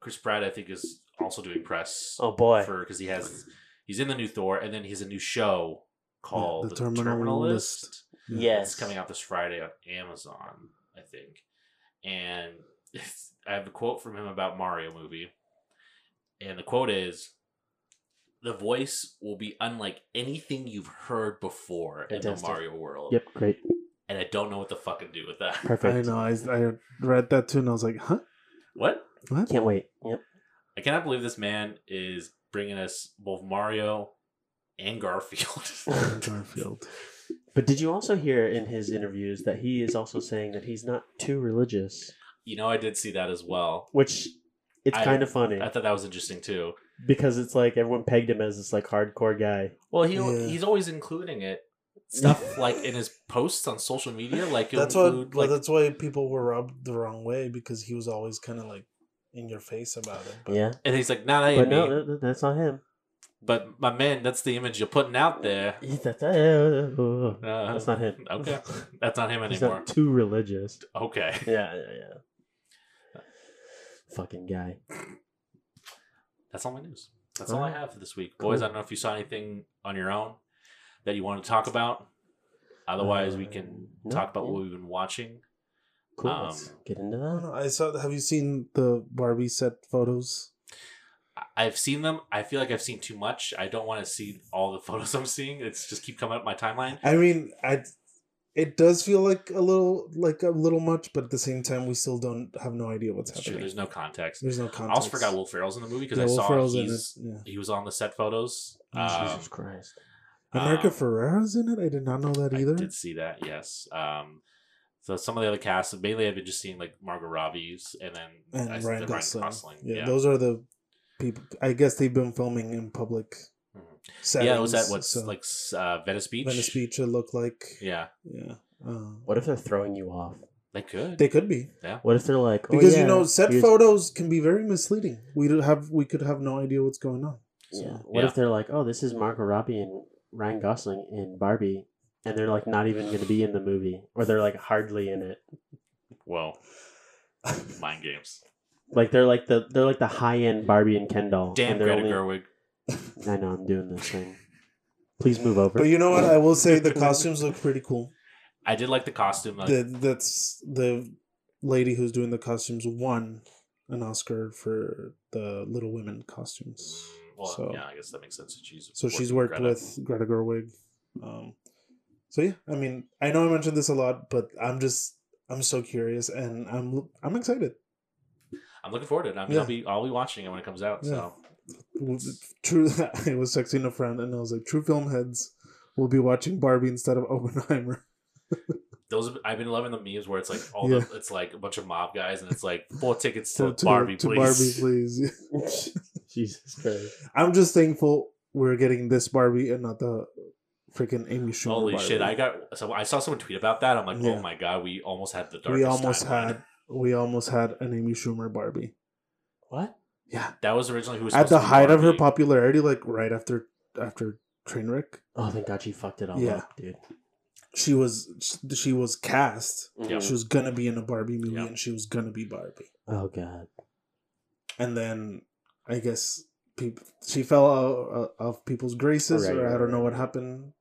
Speaker 5: Chris Pratt, I think, is also doing press
Speaker 3: Oh boy.
Speaker 5: for because he has he's in the new Thor, and then he has a new show called
Speaker 4: The
Speaker 5: The,
Speaker 4: Terminalist.
Speaker 5: Terminalist.
Speaker 3: yes.
Speaker 5: It's coming out this Friday on Amazon, I think. And <laughs> it's, I have a quote from him about Mario movie, and the quote is. The voice will be unlike anything you've heard before in
Speaker 3: Fantastic.
Speaker 5: the Mario world.
Speaker 3: Yep. Great.
Speaker 5: And I don't know what to fucking do with that.
Speaker 4: I
Speaker 3: Perfect.
Speaker 4: know. I, I read that too, and I was like, huh?
Speaker 5: <laughs> What?
Speaker 4: What?
Speaker 3: Can't wait. Yep.
Speaker 5: I cannot believe this man is bringing us both Mario
Speaker 3: <laughs>
Speaker 4: <laughs>
Speaker 5: and Garfield. <laughs>
Speaker 4: Garfield.
Speaker 3: But did you also hear in his interviews that he is also saying that he's not too religious,
Speaker 5: you know, I did see that as well.
Speaker 3: which it's
Speaker 5: I-
Speaker 3: kind of funny
Speaker 5: I thought that was interesting too.
Speaker 3: because it's like everyone pegged him as this like hardcore guy.
Speaker 5: Well, he
Speaker 4: Yeah.
Speaker 5: he's always including it
Speaker 4: <laughs>
Speaker 5: stuff like in his posts on social media, like he'll
Speaker 4: That's why.
Speaker 5: include,
Speaker 4: well,
Speaker 5: like
Speaker 4: that's why people were rubbed the wrong way because he was always kind of like in your face about it. But
Speaker 3: Yeah.
Speaker 5: and he's like, nah, that ain't
Speaker 3: But
Speaker 5: me.
Speaker 3: no, no, no, that's not <laughs> him.
Speaker 5: But my man, that's the image you're putting out there.
Speaker 3: He's that- uh,
Speaker 5: Uh,
Speaker 3: That's not him.
Speaker 5: <laughs> Okay, that's not him
Speaker 3: <laughs> He's
Speaker 5: anymore.
Speaker 3: not too religious.
Speaker 5: Okay.
Speaker 3: <laughs>
Speaker 5: <laughs>
Speaker 3: Yeah, yeah, yeah. Fucking guy.
Speaker 5: that's all my news. That's all I
Speaker 3: Alright.
Speaker 5: have for this week, boys. I
Speaker 3: Cool.
Speaker 5: don't know if you saw anything on your own that you want to talk about. Otherwise, we can
Speaker 3: Um, no,
Speaker 5: talk about
Speaker 3: yeah.
Speaker 5: what we've been watching.
Speaker 3: Cool.
Speaker 5: Um,
Speaker 3: let's get into
Speaker 4: I,
Speaker 3: that.
Speaker 4: don't know, I saw. Have you seen the Barbie set photos?
Speaker 5: I- I've seen them. I feel like I've seen too much. I don't want to see all the <laughs> photos I'm seeing. It's just keep coming up my timeline.
Speaker 4: I mean, I. It does feel like a little, like a little much, but at the same time, we still don't have no idea what's
Speaker 5: It's true.
Speaker 4: happening.
Speaker 5: There's no context.
Speaker 4: There's no
Speaker 5: I
Speaker 4: context.
Speaker 5: also forgot Will Ferrell's in the movie because
Speaker 4: Yeah,
Speaker 5: I
Speaker 4: Will
Speaker 5: saw
Speaker 4: Ferrell's in
Speaker 5: he's,
Speaker 4: it, yeah.
Speaker 5: he was on the set photos.
Speaker 4: Oh,
Speaker 5: Um,
Speaker 3: Jesus Christ.
Speaker 4: America
Speaker 5: um,
Speaker 4: Ferrera's in it. I did not know that
Speaker 5: I
Speaker 4: either.
Speaker 5: did see that. Yes. Um, so some of the other cast, mainly I've been just seeing like Margot Robbie's and then
Speaker 4: and
Speaker 5: I,
Speaker 4: Ryan
Speaker 5: the
Speaker 4: Gosling. Yeah,
Speaker 5: Yeah.
Speaker 4: those are the people. I guess they've been filming in public.
Speaker 5: Mhm.
Speaker 4: Settings,
Speaker 5: yeah, it was at what's
Speaker 4: so
Speaker 5: like s- uh, Venice Beach.
Speaker 4: Venice Beach. It looked like
Speaker 5: Yeah,
Speaker 4: yeah. Uh,
Speaker 3: What if they're throwing you off?
Speaker 5: they could.
Speaker 4: they could be
Speaker 3: What if they're like, oh,
Speaker 4: because
Speaker 3: yeah,
Speaker 4: you know set
Speaker 3: here's-
Speaker 4: photos can be very misleading. We do have we could have no idea what's
Speaker 3: <laughs>
Speaker 4: going on. So,
Speaker 3: Yeah. What
Speaker 5: Yeah.
Speaker 3: if they're like, oh, this is Margot Robbie and Ryan Gosling in Barbie, and they're like not even going to be in the movie, or they're like hardly in it. <laughs>
Speaker 5: well, mind games.
Speaker 3: Like they're like the they're like the high end Barbie and Ken doll.
Speaker 5: Damn,
Speaker 3: and they're
Speaker 5: Greta Gerwig.
Speaker 3: I know I'm doing this thing. Please move over.
Speaker 4: But you know what? I will
Speaker 3: <laughs>
Speaker 4: say the costumes look pretty cool.
Speaker 5: I did like the costume. Like,
Speaker 4: The, that's the lady who's doing the costumes won an Oscar for the Little Women costumes.
Speaker 5: mm, well,
Speaker 4: so-
Speaker 5: yeah, I guess that makes sense. She's
Speaker 4: So she's
Speaker 5: worked
Speaker 4: worked with Greta Gerwig. Um, so yeah, I mean, I know I mentioned this a lot, but I'm just I'm so curious and I'm I'm excited.
Speaker 5: I'm looking forward to it. I mean,
Speaker 4: Yeah.
Speaker 5: I'll be I'll be watching it when it comes out. So
Speaker 4: True, <laughs> I was texting a friend and I was like, "True film heads will be watching Barbie instead of <laughs> Oppenheimer."
Speaker 5: those I've been loving the memes where it's like all
Speaker 4: Yeah.
Speaker 5: the it's like a bunch of mob guys and it's like four tickets to,
Speaker 4: So to-
Speaker 5: Barbie,
Speaker 4: to Barbie,
Speaker 5: please.
Speaker 4: please. <laughs>
Speaker 3: Jesus Christ.
Speaker 4: I'm just thankful we're getting this Barbie and not the freaking Amy Schumer.
Speaker 5: <laughs> Holy
Speaker 4: Barbie.
Speaker 5: shit! I got so I saw someone tweet about that. I'm like,
Speaker 4: Yeah.
Speaker 5: oh my god, we almost had the darkest.
Speaker 4: we almost
Speaker 5: timeline.
Speaker 4: had we almost had an Amy Schumer Barbie.
Speaker 3: What?
Speaker 4: Yeah,
Speaker 5: that was originally who was
Speaker 4: at
Speaker 5: supposed
Speaker 4: the
Speaker 5: to be
Speaker 4: height of her
Speaker 5: Barbie.
Speaker 4: popularity, like right after after Trainwreck,
Speaker 3: Oh, thank God she fucked it all
Speaker 4: Yeah.
Speaker 3: up, dude.
Speaker 4: she was she was cast.
Speaker 5: Yeah.
Speaker 4: She was gonna be in a Barbie movie,
Speaker 5: Yeah.
Speaker 4: and she was gonna be Barbie.
Speaker 3: Mm. Oh God.
Speaker 4: And then I guess peop she fell out uh, of people's graces,
Speaker 3: Right,
Speaker 4: or I
Speaker 3: right,
Speaker 4: don't know
Speaker 3: right.
Speaker 4: what happened.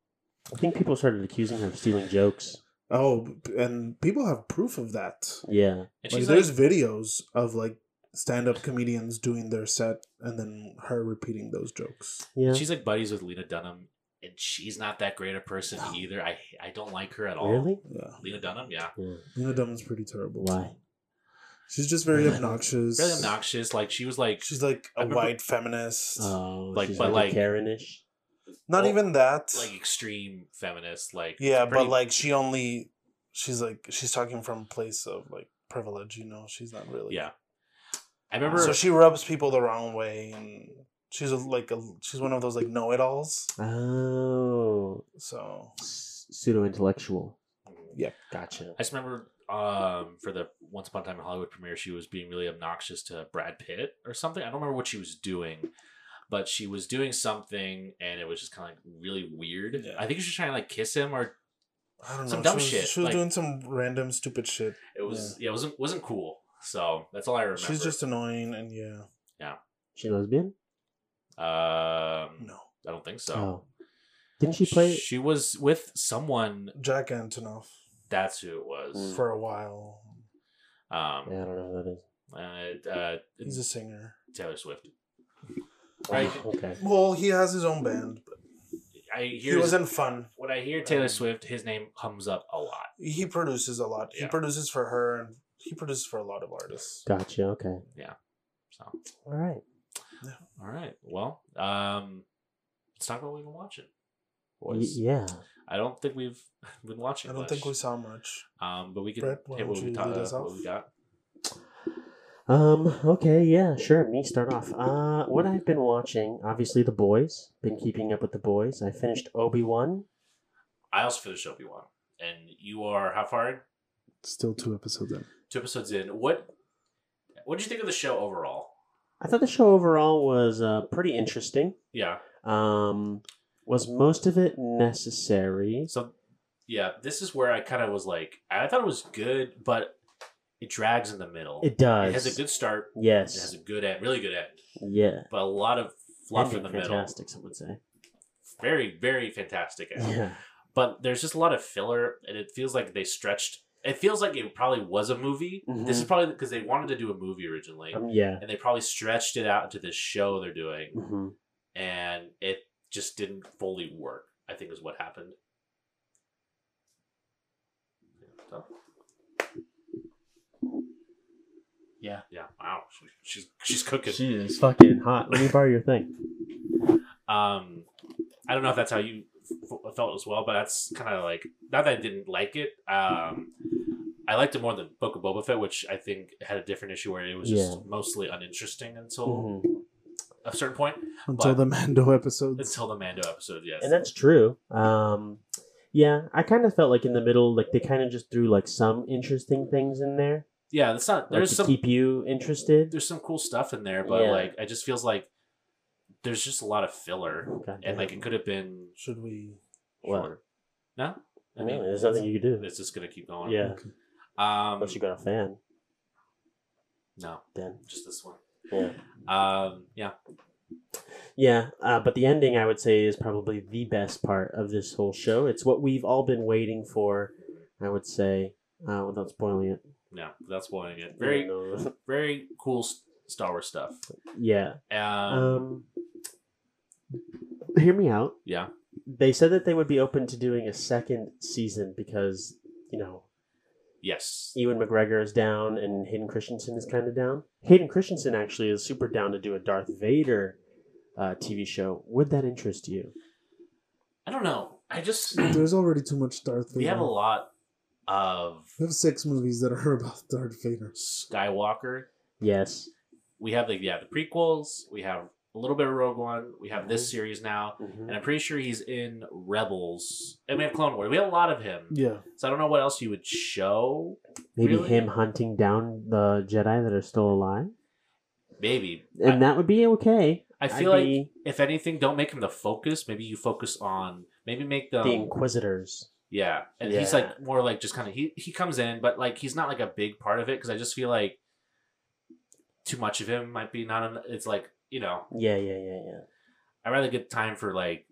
Speaker 3: I think people started accusing her of stealing jokes.
Speaker 4: Oh, and people have proof of that.
Speaker 3: Yeah.
Speaker 5: And
Speaker 4: Like,
Speaker 5: she's
Speaker 4: there's
Speaker 5: like,
Speaker 4: videos of like stand-up comedians doing their set and then her repeating those jokes.
Speaker 3: Yeah.
Speaker 5: she's like buddies with Lena Dunham, and she's not that great a person
Speaker 4: No.
Speaker 5: either. I I don't like her at all.
Speaker 3: really?
Speaker 4: Yeah,
Speaker 5: Lena Dunham, yeah,
Speaker 3: Yeah.
Speaker 4: Lena Dunham's pretty terrible.
Speaker 3: Why?
Speaker 4: She's just very obnoxious.
Speaker 5: really obnoxious. Like she was like
Speaker 4: She's like
Speaker 5: I
Speaker 4: a
Speaker 5: remember-
Speaker 4: white feminist.
Speaker 3: Oh,
Speaker 5: Like,
Speaker 3: she's
Speaker 5: but,
Speaker 3: like,
Speaker 5: like-
Speaker 3: a Karenish.
Speaker 4: Not
Speaker 5: well,
Speaker 4: even that.
Speaker 5: like extreme feminist. Like
Speaker 4: yeah,
Speaker 5: pretty-
Speaker 4: but like she only, she's like she's talking from a place of like privilege. You know, she's not really.
Speaker 5: yeah. I remember.
Speaker 4: So she rubs people the wrong way, and she's a, like a she's one of those like know-it-alls.
Speaker 3: Oh,
Speaker 4: So
Speaker 3: pseudo intellectual. Gotcha.
Speaker 5: I just remember um, for the Once Upon a Time in Hollywood premiere, she was being really obnoxious to Brad Pitt or something. I don't remember what she was doing, but she was doing something and it was just kind of like really weird.
Speaker 4: Yeah.
Speaker 5: I think she was trying to like kiss him or
Speaker 4: I don't know.
Speaker 5: Some
Speaker 4: she
Speaker 5: dumb
Speaker 4: was,
Speaker 5: shit,
Speaker 4: She was
Speaker 5: like-
Speaker 4: doing some random stupid shit.
Speaker 5: it was yeah, it wasn't wasn't cool. So that's all I remember.
Speaker 4: She's just annoying, and yeah,
Speaker 3: She lesbian?
Speaker 5: um,
Speaker 4: no,
Speaker 5: I don't think so.
Speaker 3: Oh, didn't she play?
Speaker 5: She was with someone.
Speaker 4: Jack Antonoff
Speaker 5: That's who it was.
Speaker 4: for a while.
Speaker 3: Yeah,
Speaker 5: Um,
Speaker 3: I don't know who that is.
Speaker 5: uh, uh,
Speaker 4: He's a singer.
Speaker 5: Taylor Swift. Right.
Speaker 3: Oh, okay.
Speaker 4: Well, he has his own band. But
Speaker 5: I
Speaker 4: he
Speaker 5: hear
Speaker 4: was in Fun.
Speaker 5: when I hear Taylor
Speaker 4: um,
Speaker 5: Swift, his name comes up a lot.
Speaker 4: He produces a lot. He
Speaker 5: Yeah.
Speaker 4: produces for her, and he produces for a lot of artists.
Speaker 3: Gotcha. Okay.
Speaker 5: So
Speaker 3: All right.
Speaker 5: All right. Well, um, let's talk about what we've been watching.
Speaker 3: Y-
Speaker 5: Boys.
Speaker 3: yeah.
Speaker 5: I don't think we've <laughs> been watching.
Speaker 4: I don't
Speaker 5: much.
Speaker 4: think we saw much.
Speaker 5: Um, but we can
Speaker 4: Brett, why
Speaker 5: hit what
Speaker 4: don't
Speaker 5: we,
Speaker 4: you
Speaker 5: ta-
Speaker 4: lead us
Speaker 5: what we
Speaker 4: off?
Speaker 5: got.
Speaker 3: Um. Okay. Yeah. Sure. Me start off. Uh, what I've been watching, obviously, the boys. Been keeping up with the boys. I finished Obi Wan.
Speaker 5: I also finished Obi Wan, and you are how far? in?
Speaker 4: Still two episodes in.
Speaker 5: Two episodes in. What? What did you think of the show overall?
Speaker 3: I thought the show overall was uh, pretty interesting.
Speaker 5: Yeah.
Speaker 3: Um, was most of it necessary?
Speaker 5: So, yeah, this is where I kind of was like, I thought it was good, but it drags in the middle.
Speaker 3: It does.
Speaker 5: It has a good start. It
Speaker 3: Yes.
Speaker 5: has a good end, really good end,
Speaker 3: yeah.
Speaker 5: but a lot of fluff
Speaker 3: Ending
Speaker 5: in the middle.
Speaker 3: fantastic, some would say.
Speaker 5: Very, very fantastic. End.
Speaker 3: Yeah.
Speaker 5: but there's just a lot of filler and it feels like they stretched it feels like it probably was a movie this is probably because they wanted to do a movie originally
Speaker 3: Um, yeah.
Speaker 5: and they probably stretched it out into this show they're doing
Speaker 3: hmm
Speaker 5: and it just didn't fully work i think is what happened So- yeah yeah wow she, she's she's cooking
Speaker 3: She is fucking hot. Let me borrow your
Speaker 5: <laughs>
Speaker 3: thing.
Speaker 5: um i don't know if that's how you f- felt as well but that's kind of like not that i didn't like it um i liked it more than book of boba fett which i think had a different issue where it was just
Speaker 3: Yeah.
Speaker 5: mostly uninteresting until
Speaker 3: Mhm.
Speaker 5: a certain point
Speaker 4: Until
Speaker 5: But-
Speaker 4: the Mando episodes.
Speaker 5: until the mando episode yes
Speaker 3: And that's true. Um, yeah, I kind of felt like in the middle, like they kind of just threw like some interesting things in there,
Speaker 5: yeah that's not
Speaker 3: like,
Speaker 5: there's
Speaker 3: to
Speaker 5: some
Speaker 3: keep you interested.
Speaker 5: there's some cool stuff in there but
Speaker 3: Yeah.
Speaker 5: like it just feels like there's just a lot of filler
Speaker 3: God damn.
Speaker 5: and like it could have been
Speaker 4: Should we?
Speaker 3: What?
Speaker 5: shorter no i
Speaker 3: I mean,
Speaker 5: mean
Speaker 3: there's nothing you could do
Speaker 5: it's just gonna keep going
Speaker 3: Yeah.
Speaker 4: Okay.
Speaker 5: um
Speaker 3: unless you got a fan.
Speaker 5: no
Speaker 3: Then
Speaker 5: just this one
Speaker 3: yeah,
Speaker 5: um yeah
Speaker 3: yeah. Uh, but the ending, I would say, is probably the best part of this whole show. It's what we've all been waiting for. I would say, uh, without spoiling it.
Speaker 5: No, that's spoiling it. Very, very cool s- Star Wars stuff.
Speaker 3: <laughs> yeah.
Speaker 5: Um,
Speaker 3: Um, hear me out.
Speaker 5: yeah,
Speaker 3: They said that they would be open to doing a second season because you know
Speaker 5: yes,
Speaker 3: Ewan McGregor is down and Hayden Christensen is kind of down. Hayden Christensen actually is super down to do a Darth Vader uh, TV show. Would that interest you?
Speaker 5: I don't know. I just
Speaker 4: There's already too much Darth Vader.
Speaker 5: we have a lot of
Speaker 4: We have six movies that are <laughs> about Darth Vader.
Speaker 5: Skywalker.
Speaker 3: Yes.
Speaker 5: We have the yeah the prequels. We have a little bit of Rogue One. We have this series now,
Speaker 3: Mhm.
Speaker 5: and I'm pretty sure he's in Rebels, and we have Clone Wars. We have a lot of him,
Speaker 4: Yeah.
Speaker 5: so I don't know what else you would show.
Speaker 3: Maybe
Speaker 5: Really?
Speaker 3: him hunting down the Jedi that are still alive,
Speaker 5: Maybe,
Speaker 3: and that would be okay.
Speaker 5: I
Speaker 3: I'd
Speaker 5: feel like
Speaker 3: be
Speaker 5: if anything, don't make him the focus. Maybe you focus on maybe make them
Speaker 3: the Inquisitors.
Speaker 5: Yeah, and he's
Speaker 3: Yeah.
Speaker 5: like more like just kind of he he comes in, but like he's not like a big part of it because I just feel like too much of him might be not. En- it's like you know,
Speaker 3: Yeah, yeah, yeah, yeah.
Speaker 5: I would rather get time for like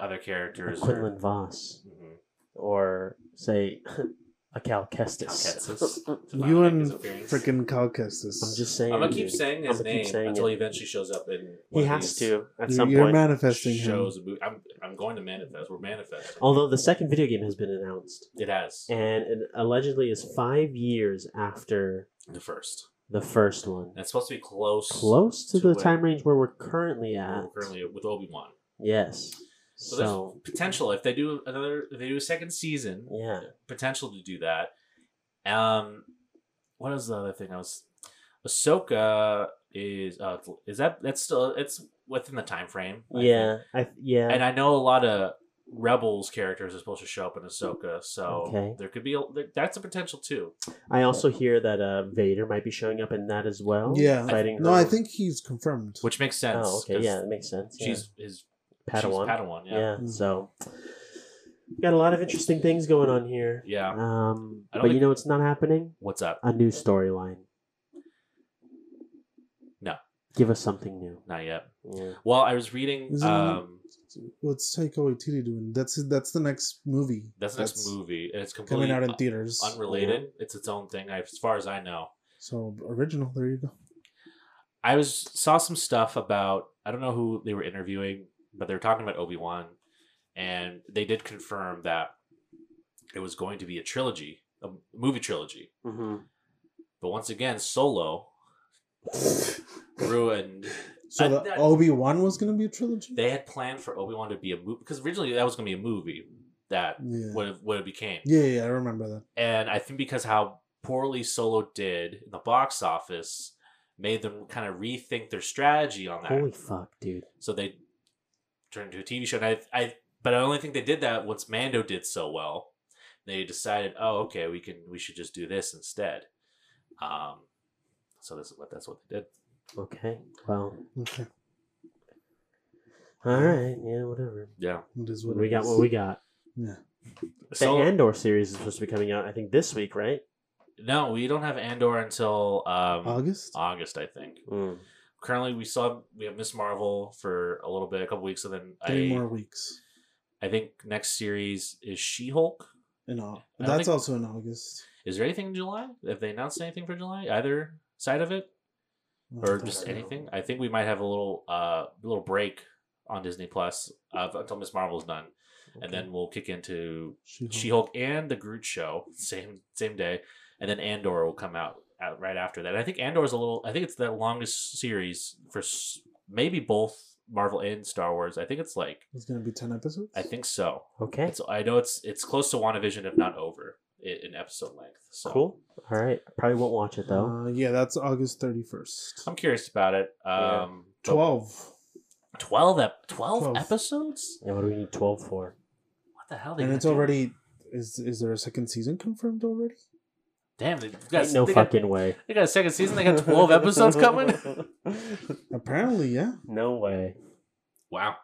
Speaker 5: other characters.
Speaker 3: Quinlan Voss,
Speaker 5: Mhm.
Speaker 3: or say <laughs> a Cal Kestis. <laughs>
Speaker 5: Alcatsis to
Speaker 4: you
Speaker 5: finally make
Speaker 4: and
Speaker 5: his appearance.
Speaker 4: freaking Calcastus.
Speaker 3: I'm just saying.
Speaker 5: I'm gonna keep
Speaker 3: dude.
Speaker 5: saying his
Speaker 3: I'ma keep
Speaker 5: name
Speaker 3: saying
Speaker 5: until
Speaker 3: it.
Speaker 5: he eventually shows up in.
Speaker 3: He
Speaker 5: one of
Speaker 3: has
Speaker 5: these
Speaker 3: to at
Speaker 4: You're-
Speaker 3: some
Speaker 4: you're
Speaker 3: point.
Speaker 4: manifesting him.
Speaker 5: shows. a movie. I'm I'm going to manifest. We're manifesting.
Speaker 3: Although the second video game has been announced,
Speaker 5: It has
Speaker 3: and it allegedly is five years after
Speaker 5: the first.
Speaker 3: the first one,
Speaker 5: And it's supposed to be close.
Speaker 3: close to
Speaker 5: To
Speaker 3: the
Speaker 5: it.
Speaker 3: time range where we're currently at.
Speaker 5: We're currently with Obi Wan.
Speaker 3: Yes. So,
Speaker 5: So, there's potential if they do another, if they do a second season,
Speaker 3: yeah,
Speaker 5: potential to do that. Um, what is the other thing? I was Ahsoka is uh, is that that's still it's within the time frame. I
Speaker 3: yeah,
Speaker 5: think.
Speaker 3: I yeah.
Speaker 5: and I know a lot of Rebels characters are supposed to show up in Ahsoka, so
Speaker 3: Okay.
Speaker 5: there could be a, there, that's a potential too.
Speaker 3: I also hear that uh, Vader might be showing up in that as well.
Speaker 4: Yeah.
Speaker 3: fighting.
Speaker 4: No,
Speaker 3: her-
Speaker 4: I think he's confirmed.
Speaker 5: Which makes sense.
Speaker 3: Oh, okay,
Speaker 5: 'cause
Speaker 3: yeah, that makes sense. yeah.
Speaker 5: she's his she's
Speaker 3: Padawan.
Speaker 5: Padawan.
Speaker 3: yeah.
Speaker 5: Yeah,
Speaker 4: Mm.
Speaker 3: So got a lot of interesting things going on here.
Speaker 5: yeah.
Speaker 3: Um,
Speaker 5: I
Speaker 3: but
Speaker 5: don't
Speaker 3: you
Speaker 5: think-
Speaker 3: know what's not happening?
Speaker 5: What's up?
Speaker 3: A new storyline.
Speaker 5: No.
Speaker 3: Give us something new.
Speaker 5: Not yet.
Speaker 3: Yeah.
Speaker 5: Well, I was reading.
Speaker 4: Isn't it-
Speaker 5: Um,
Speaker 4: What's Taika Waititi doing? That's that's the next movie.
Speaker 5: that's the next movie, and it's completely
Speaker 4: coming out in theaters.
Speaker 5: unrelated. It's its own thing, I- as far as I know.
Speaker 4: So original. There you go.
Speaker 5: I was saw some stuff about I don't know who they were interviewing, but they were talking about Obi Wan, and they did confirm that it was going to be a trilogy, a movie trilogy.
Speaker 3: Mm-hmm.
Speaker 5: But once again, Solo ruined.
Speaker 4: So
Speaker 5: I-
Speaker 4: the
Speaker 5: that-
Speaker 4: Obi Wan was going to be a trilogy.
Speaker 5: They had planned for Obi Wan to be a movie because originally that was going to be a movie that
Speaker 4: yeah.
Speaker 5: would have, what it became.
Speaker 4: yeah, yeah, I remember that.
Speaker 5: and I think because how poorly Solo did in the box office made them kind of rethink their strategy on that.
Speaker 3: Holy fuck, dude.
Speaker 5: so they turned into a TV show. And I, I, but I only think they did that once Mando did so well. They decided, oh, okay, we can, we should just do this instead. Um, so this is what that's what they did.
Speaker 3: Okay. Well.
Speaker 4: Okay,
Speaker 3: All right. Yeah. Whatever.
Speaker 5: Yeah,
Speaker 4: it is what
Speaker 3: We
Speaker 4: it
Speaker 3: got
Speaker 4: is.
Speaker 3: what we got.
Speaker 4: Yeah,
Speaker 3: The
Speaker 5: so
Speaker 3: Andor series is supposed to be coming out, I think, this week, right?
Speaker 5: no, we don't have Andor until um, August.
Speaker 4: August.
Speaker 5: I think.
Speaker 3: Mm.
Speaker 5: Currently, we saw we have Miss Marvel for a little bit, a couple weeks, and then
Speaker 4: Three
Speaker 5: I,
Speaker 4: more weeks
Speaker 5: I think next series is She Hulk.
Speaker 4: in all.
Speaker 5: I don't
Speaker 4: That's
Speaker 5: think-
Speaker 4: also in August.
Speaker 5: Is there anything in July? Have they announced anything for July? Either side of it? or just
Speaker 3: don't know.
Speaker 5: anything. I think we might have a little uh little break on Disney Plus uh, until Miss Marvel's done, and then we'll kick into
Speaker 3: Mhm.
Speaker 5: She
Speaker 4: She-Hulk.
Speaker 5: Hulk and the Groot show <laughs> same same day, and then Andor will come out, out right after that. I think Andor is a little. I think it's the longest series for s- maybe both Marvel and Star Wars. I think it's like
Speaker 4: It's going to be ten episodes.
Speaker 5: I think so.
Speaker 3: Okay.
Speaker 5: It's, I know it's it's close to WandaVision, if not over i- in episode length. So
Speaker 3: Cool. All right. Probably won't watch it though.
Speaker 4: Uh, yeah, that's August thirty first.
Speaker 3: Oh,
Speaker 5: I'm curious about it.
Speaker 3: Yeah.
Speaker 5: Um, but
Speaker 4: Twelve.
Speaker 5: 12, ep- 12
Speaker 4: 12.
Speaker 5: episodes.
Speaker 3: Yeah, what do we need 12 for?
Speaker 5: What the
Speaker 3: oh,
Speaker 5: hell? They
Speaker 4: And
Speaker 5: gonna
Speaker 4: it's
Speaker 5: do?
Speaker 4: already is is there a second season confirmed already?
Speaker 5: damn. They got,
Speaker 3: Ain't no
Speaker 5: they
Speaker 3: fucking
Speaker 5: Got,
Speaker 3: way.
Speaker 5: they got a second season. They
Speaker 4: <laughs>
Speaker 5: got twelve episodes coming.
Speaker 3: <laughs>
Speaker 4: Apparently, yeah.
Speaker 3: no way.
Speaker 5: Wow,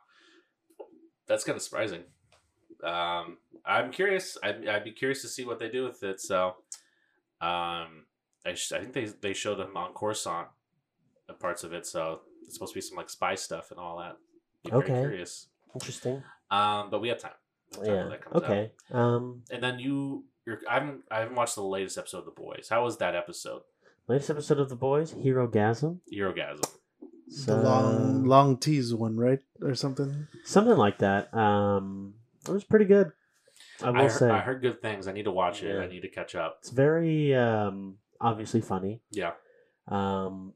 Speaker 5: that's kind of surprising. Um, I'm curious. I'd, I'd be curious to see what they do with it. So, um, I, sh- I think they they showed them on Coruscant uh, parts of it. So it's supposed to be some like spy stuff and all that. Be very
Speaker 3: Okay.
Speaker 5: Curious.
Speaker 3: Interesting.
Speaker 5: Um, but we have time. We have time
Speaker 3: Yeah.
Speaker 5: when that comes out.
Speaker 3: Okay. Um,
Speaker 5: And then you, you're. I haven't. I haven't watched the latest episode of The Boys. How was that episode?
Speaker 3: latest episode of The Boys, Hero Gasm.
Speaker 5: Eurogasm.
Speaker 4: The long long tease one, right, or something.
Speaker 3: something like that. Um, it was pretty good. I will
Speaker 5: I, heard,
Speaker 3: say
Speaker 5: I heard good things. I need to watch it.
Speaker 3: Yeah.
Speaker 5: I need to catch up.
Speaker 3: it's very um obviously funny.
Speaker 5: Yeah.
Speaker 3: Um,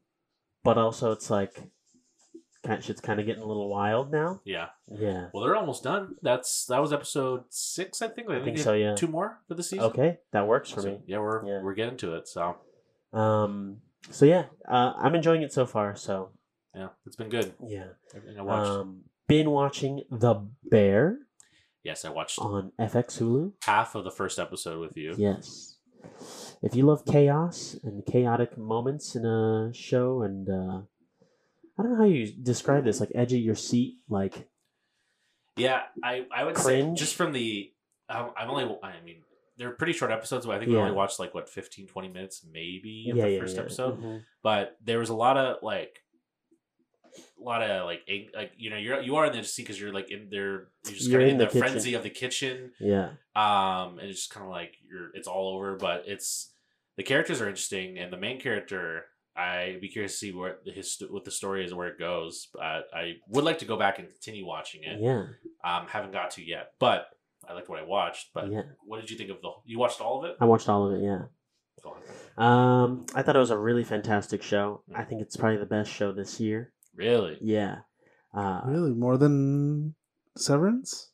Speaker 3: but also it's like kind shit's kind of getting a little wild now.
Speaker 5: Yeah.
Speaker 3: Yeah,
Speaker 5: Well, they're almost done. That's that was episode six, I think.
Speaker 3: I think
Speaker 5: they
Speaker 3: so.
Speaker 5: have
Speaker 3: Yeah.
Speaker 5: Two more for the season.
Speaker 3: Okay, that works for
Speaker 5: So,
Speaker 3: me.
Speaker 5: Yeah, we're
Speaker 3: Yeah.
Speaker 5: we're getting to it. So
Speaker 3: Um, so yeah, uh, I'm enjoying it so far. So
Speaker 5: Yeah, it's been good.
Speaker 3: Yeah.
Speaker 5: Everything I watched.
Speaker 3: Um, been watching The Bear
Speaker 5: yes, I watched
Speaker 3: on FX Hulu.
Speaker 5: half of the first episode with you.
Speaker 3: Yes. If you love chaos and chaotic moments in a show, and uh, I don't know how you describe this, like edge of your seat, like
Speaker 5: Yeah, I, I would
Speaker 3: Cringe.
Speaker 5: say just from the I- I've only I mean they're pretty short episodes, but I think we
Speaker 3: Yeah.
Speaker 5: only watched like what 15, 20 minutes maybe of
Speaker 3: yeah,
Speaker 5: the
Speaker 3: yeah,
Speaker 5: first
Speaker 3: yeah.
Speaker 5: episode. Mm-hmm.
Speaker 3: Mhm.
Speaker 5: But there was a lot of like a lot of like ang- like you know you're you are in the seat because you're like in there you're just
Speaker 3: You're
Speaker 5: kind of in,
Speaker 3: in
Speaker 5: the,
Speaker 3: the kitchen.
Speaker 5: frenzy of the kitchen.
Speaker 3: yeah,
Speaker 5: Um, and it's just kind of like you're it's all over, but it's the characters are interesting and the main character. I'd be curious to see where the his what the story is, where it goes. But I would like to go back and continue watching it.
Speaker 3: yeah,
Speaker 5: Um, haven't got to yet, but I liked what I watched. But
Speaker 3: yeah.
Speaker 5: what did you think of the? You watched all of it?
Speaker 3: I watched all of it. Yeah,
Speaker 5: Go on.
Speaker 3: um, I thought it was a really fantastic show. I think it's probably the best show this year.
Speaker 5: Really?
Speaker 3: Yeah, uh,
Speaker 4: Really, more than Severance?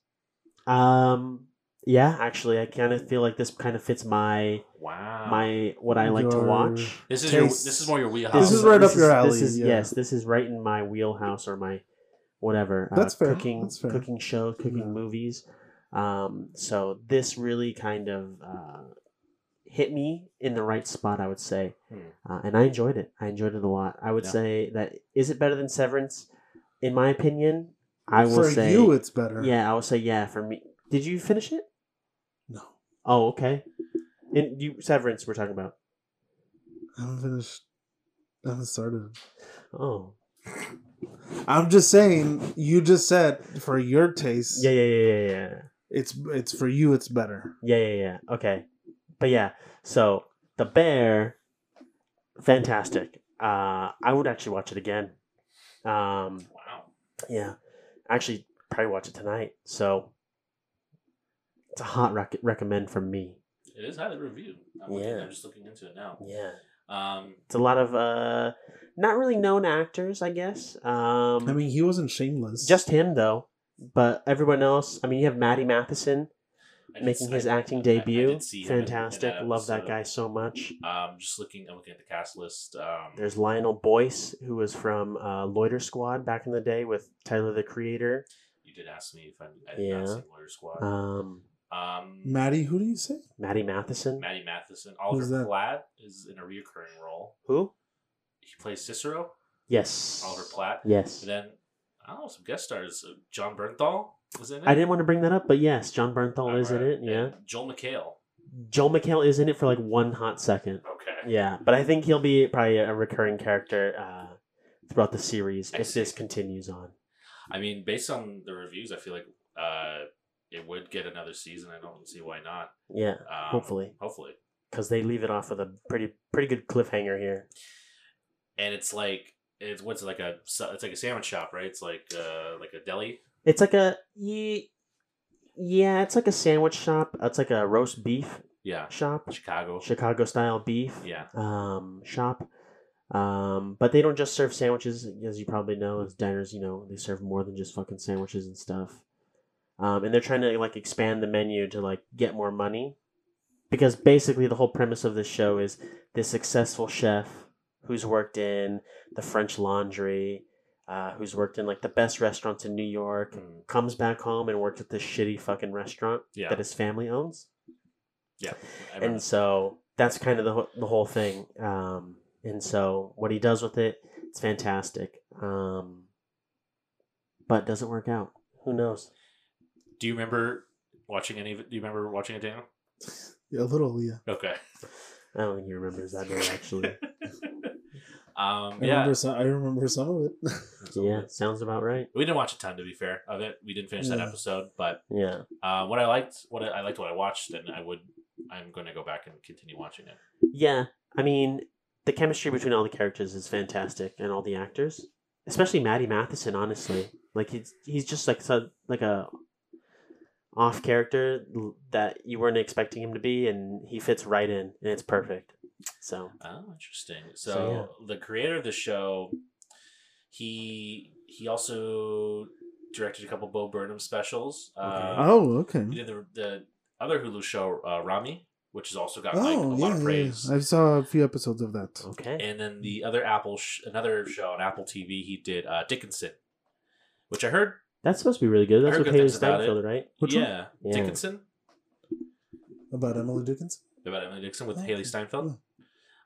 Speaker 3: um, yeah. Actually, I kind of feel like this kind of fits my
Speaker 5: Wow.
Speaker 3: my what I like to
Speaker 4: Your-
Speaker 3: watch.
Speaker 5: this is your.
Speaker 4: tastes-
Speaker 5: This is more your wheelhouse.
Speaker 4: This is right up your alley,
Speaker 3: This is
Speaker 4: yeah.
Speaker 3: yes, this is right in my wheelhouse or my whatever. uh,
Speaker 4: That's fair,
Speaker 3: Cooking,
Speaker 4: that's fair.
Speaker 3: cooking show, cooking
Speaker 4: Yeah.
Speaker 3: movies. Um, so this really kind of uh, hit me in the right spot, I would say,
Speaker 5: Hmm.
Speaker 3: uh, and I enjoyed it. I enjoyed it a lot. I would
Speaker 5: Yeah.
Speaker 3: say that is it better than Severance? In my opinion, I will
Speaker 4: For
Speaker 3: say
Speaker 4: you, it's better.
Speaker 3: yeah. I will say yeah. For me, did you finish it?
Speaker 4: No,
Speaker 3: Oh, okay. And you Severance, we're talking about.
Speaker 4: I haven't finished. I haven't started.
Speaker 3: Oh,
Speaker 4: I'm just saying. You just said for your taste,
Speaker 3: yeah, yeah, yeah, yeah, yeah.
Speaker 4: it's it's for you. It's better.
Speaker 3: Yeah, yeah, yeah. Okay. But yeah, so the bear, fantastic. Uh, I would actually watch it again. Um,
Speaker 5: Wow.
Speaker 3: yeah, actually probably watch it tonight. So it's a hot rec- recommend from me.
Speaker 5: It is highly reviewed. I'm looking-
Speaker 3: Yeah.
Speaker 5: I'm just looking into it now.
Speaker 3: Yeah,
Speaker 5: Um.
Speaker 3: it's a lot of uh, not really known actors, I guess. Um,
Speaker 4: I mean, he wasn't shameless.
Speaker 3: just him though. But everyone else, I mean, you have Maddie Matheson
Speaker 5: I did-
Speaker 3: making
Speaker 5: I-
Speaker 3: his acting
Speaker 5: I- I did
Speaker 3: debut.
Speaker 5: see him in- in that
Speaker 3: Fantastic, love that
Speaker 5: episode.
Speaker 3: guy so much.
Speaker 5: Um. Just looking. I'm looking at the cast list. Um.
Speaker 3: There's Lionel Boyce, who was from uh, Loiter Squad back in the day with Tyler the Creator.
Speaker 5: you did ask me if I, I did
Speaker 3: Yeah.
Speaker 5: not see Lawyer Squad.
Speaker 3: Um,
Speaker 5: um.
Speaker 4: Maddie. Who do you say?
Speaker 3: Maddie Matheson.
Speaker 5: Maddie Matheson.
Speaker 4: Who's
Speaker 5: Oliver
Speaker 4: that?
Speaker 5: Platt is in a reoccurring role.
Speaker 3: Who?
Speaker 5: He plays Cicero.
Speaker 3: Yes.
Speaker 5: Oliver Platt.
Speaker 3: Yes.
Speaker 5: And then I don't know some guest stars. Uh, John Bernthal was in it.
Speaker 3: I didn't want to bring that up, but yes, John Bernthal
Speaker 5: Uh,
Speaker 3: is in it. Yeah.
Speaker 5: and Joel McHale.
Speaker 3: Joel McHale is in it for like one hot second.
Speaker 5: Okay.
Speaker 3: Yeah, but I think he'll be probably a recurring character uh, throughout the series
Speaker 5: I
Speaker 3: if
Speaker 5: see.
Speaker 3: this continues on.
Speaker 5: I mean, based on the reviews, I feel like uh, it would get another season. I don't see why not.
Speaker 3: Yeah,
Speaker 5: Um,
Speaker 3: Hopefully.
Speaker 5: Hopefully.
Speaker 3: because they leave it off with a pretty pretty good cliffhanger here.
Speaker 5: And it's like it's what's it like a sa- it's like a sandwich shop, right? It's like uh, like a deli.
Speaker 3: It's like a ye- yeah, it's like a sandwich shop. It's like a roast beef
Speaker 5: Yeah.
Speaker 3: shop.
Speaker 5: Chicago.
Speaker 3: Chicago style beef
Speaker 5: Yeah.
Speaker 3: um, shop. Um, but they don't just serve sandwiches, as you probably know, as diners, you know, they serve more than just fucking sandwiches and stuff. Um, and they're trying to like expand the menu to like get more money. Because basically the whole premise of this show is this successful chef who's worked in the French laundry, uh, who's worked in like the best restaurants in New York,
Speaker 5: Mm,
Speaker 3: comes back home and works at this shitty fucking restaurant
Speaker 5: yeah.
Speaker 3: that his family owns
Speaker 5: yeah. I remember.
Speaker 3: and so that's kind of the wh- the whole thing. Um, and so what he does with it, it's fantastic. Um, but does it work out? Who knows?
Speaker 5: do you remember watching any of it? Do you remember watching it, Daniel?
Speaker 4: Yeah, a little. Yeah.
Speaker 5: Okay. <laughs>
Speaker 3: I don't think he remembers that name actually.
Speaker 5: um,
Speaker 4: I
Speaker 5: yeah.
Speaker 4: remember some. I remember some of it. <laughs>
Speaker 3: yeah, sounds about right.
Speaker 5: We didn't watch a ton, to be fair, of it. We didn't finish that
Speaker 4: Yeah.
Speaker 5: episode, but
Speaker 3: Yeah,
Speaker 5: uh, what I liked, what I, I liked, what I watched, and I would, I'm going to go back and continue watching it.
Speaker 3: yeah. I mean, the chemistry between all the characters is fantastic, and all the actors, especially Maddie Matheson. Honestly, like he's he's just like so like a off character l- that you weren't expecting him to be, and he fits right in, and it's perfect. So
Speaker 5: Oh, interesting. So,
Speaker 3: So,
Speaker 5: the creator of the show, he he also directed a couple Bo Burnham specials. Uh,
Speaker 4: oh, okay.
Speaker 5: He did the, the other Hulu show uh, Rami which has also gotten
Speaker 4: Oh,
Speaker 5: like a lot of praise.
Speaker 4: I saw a few episodes of that.
Speaker 3: Okay.
Speaker 5: And then the other Apple, sh- another show on Apple TV, he did uh, Dickinson, which I heard.
Speaker 3: That's supposed to be really good. That's
Speaker 5: heard
Speaker 3: what
Speaker 5: good
Speaker 3: Haley
Speaker 5: things about it.
Speaker 3: Steinfeld, right?
Speaker 4: Which one?
Speaker 5: yeah,
Speaker 3: Yeah.
Speaker 5: Dickinson
Speaker 4: About Emily Dickinson?
Speaker 5: about Emily Dickinson with
Speaker 4: Okay.
Speaker 5: Haley Steinfeld.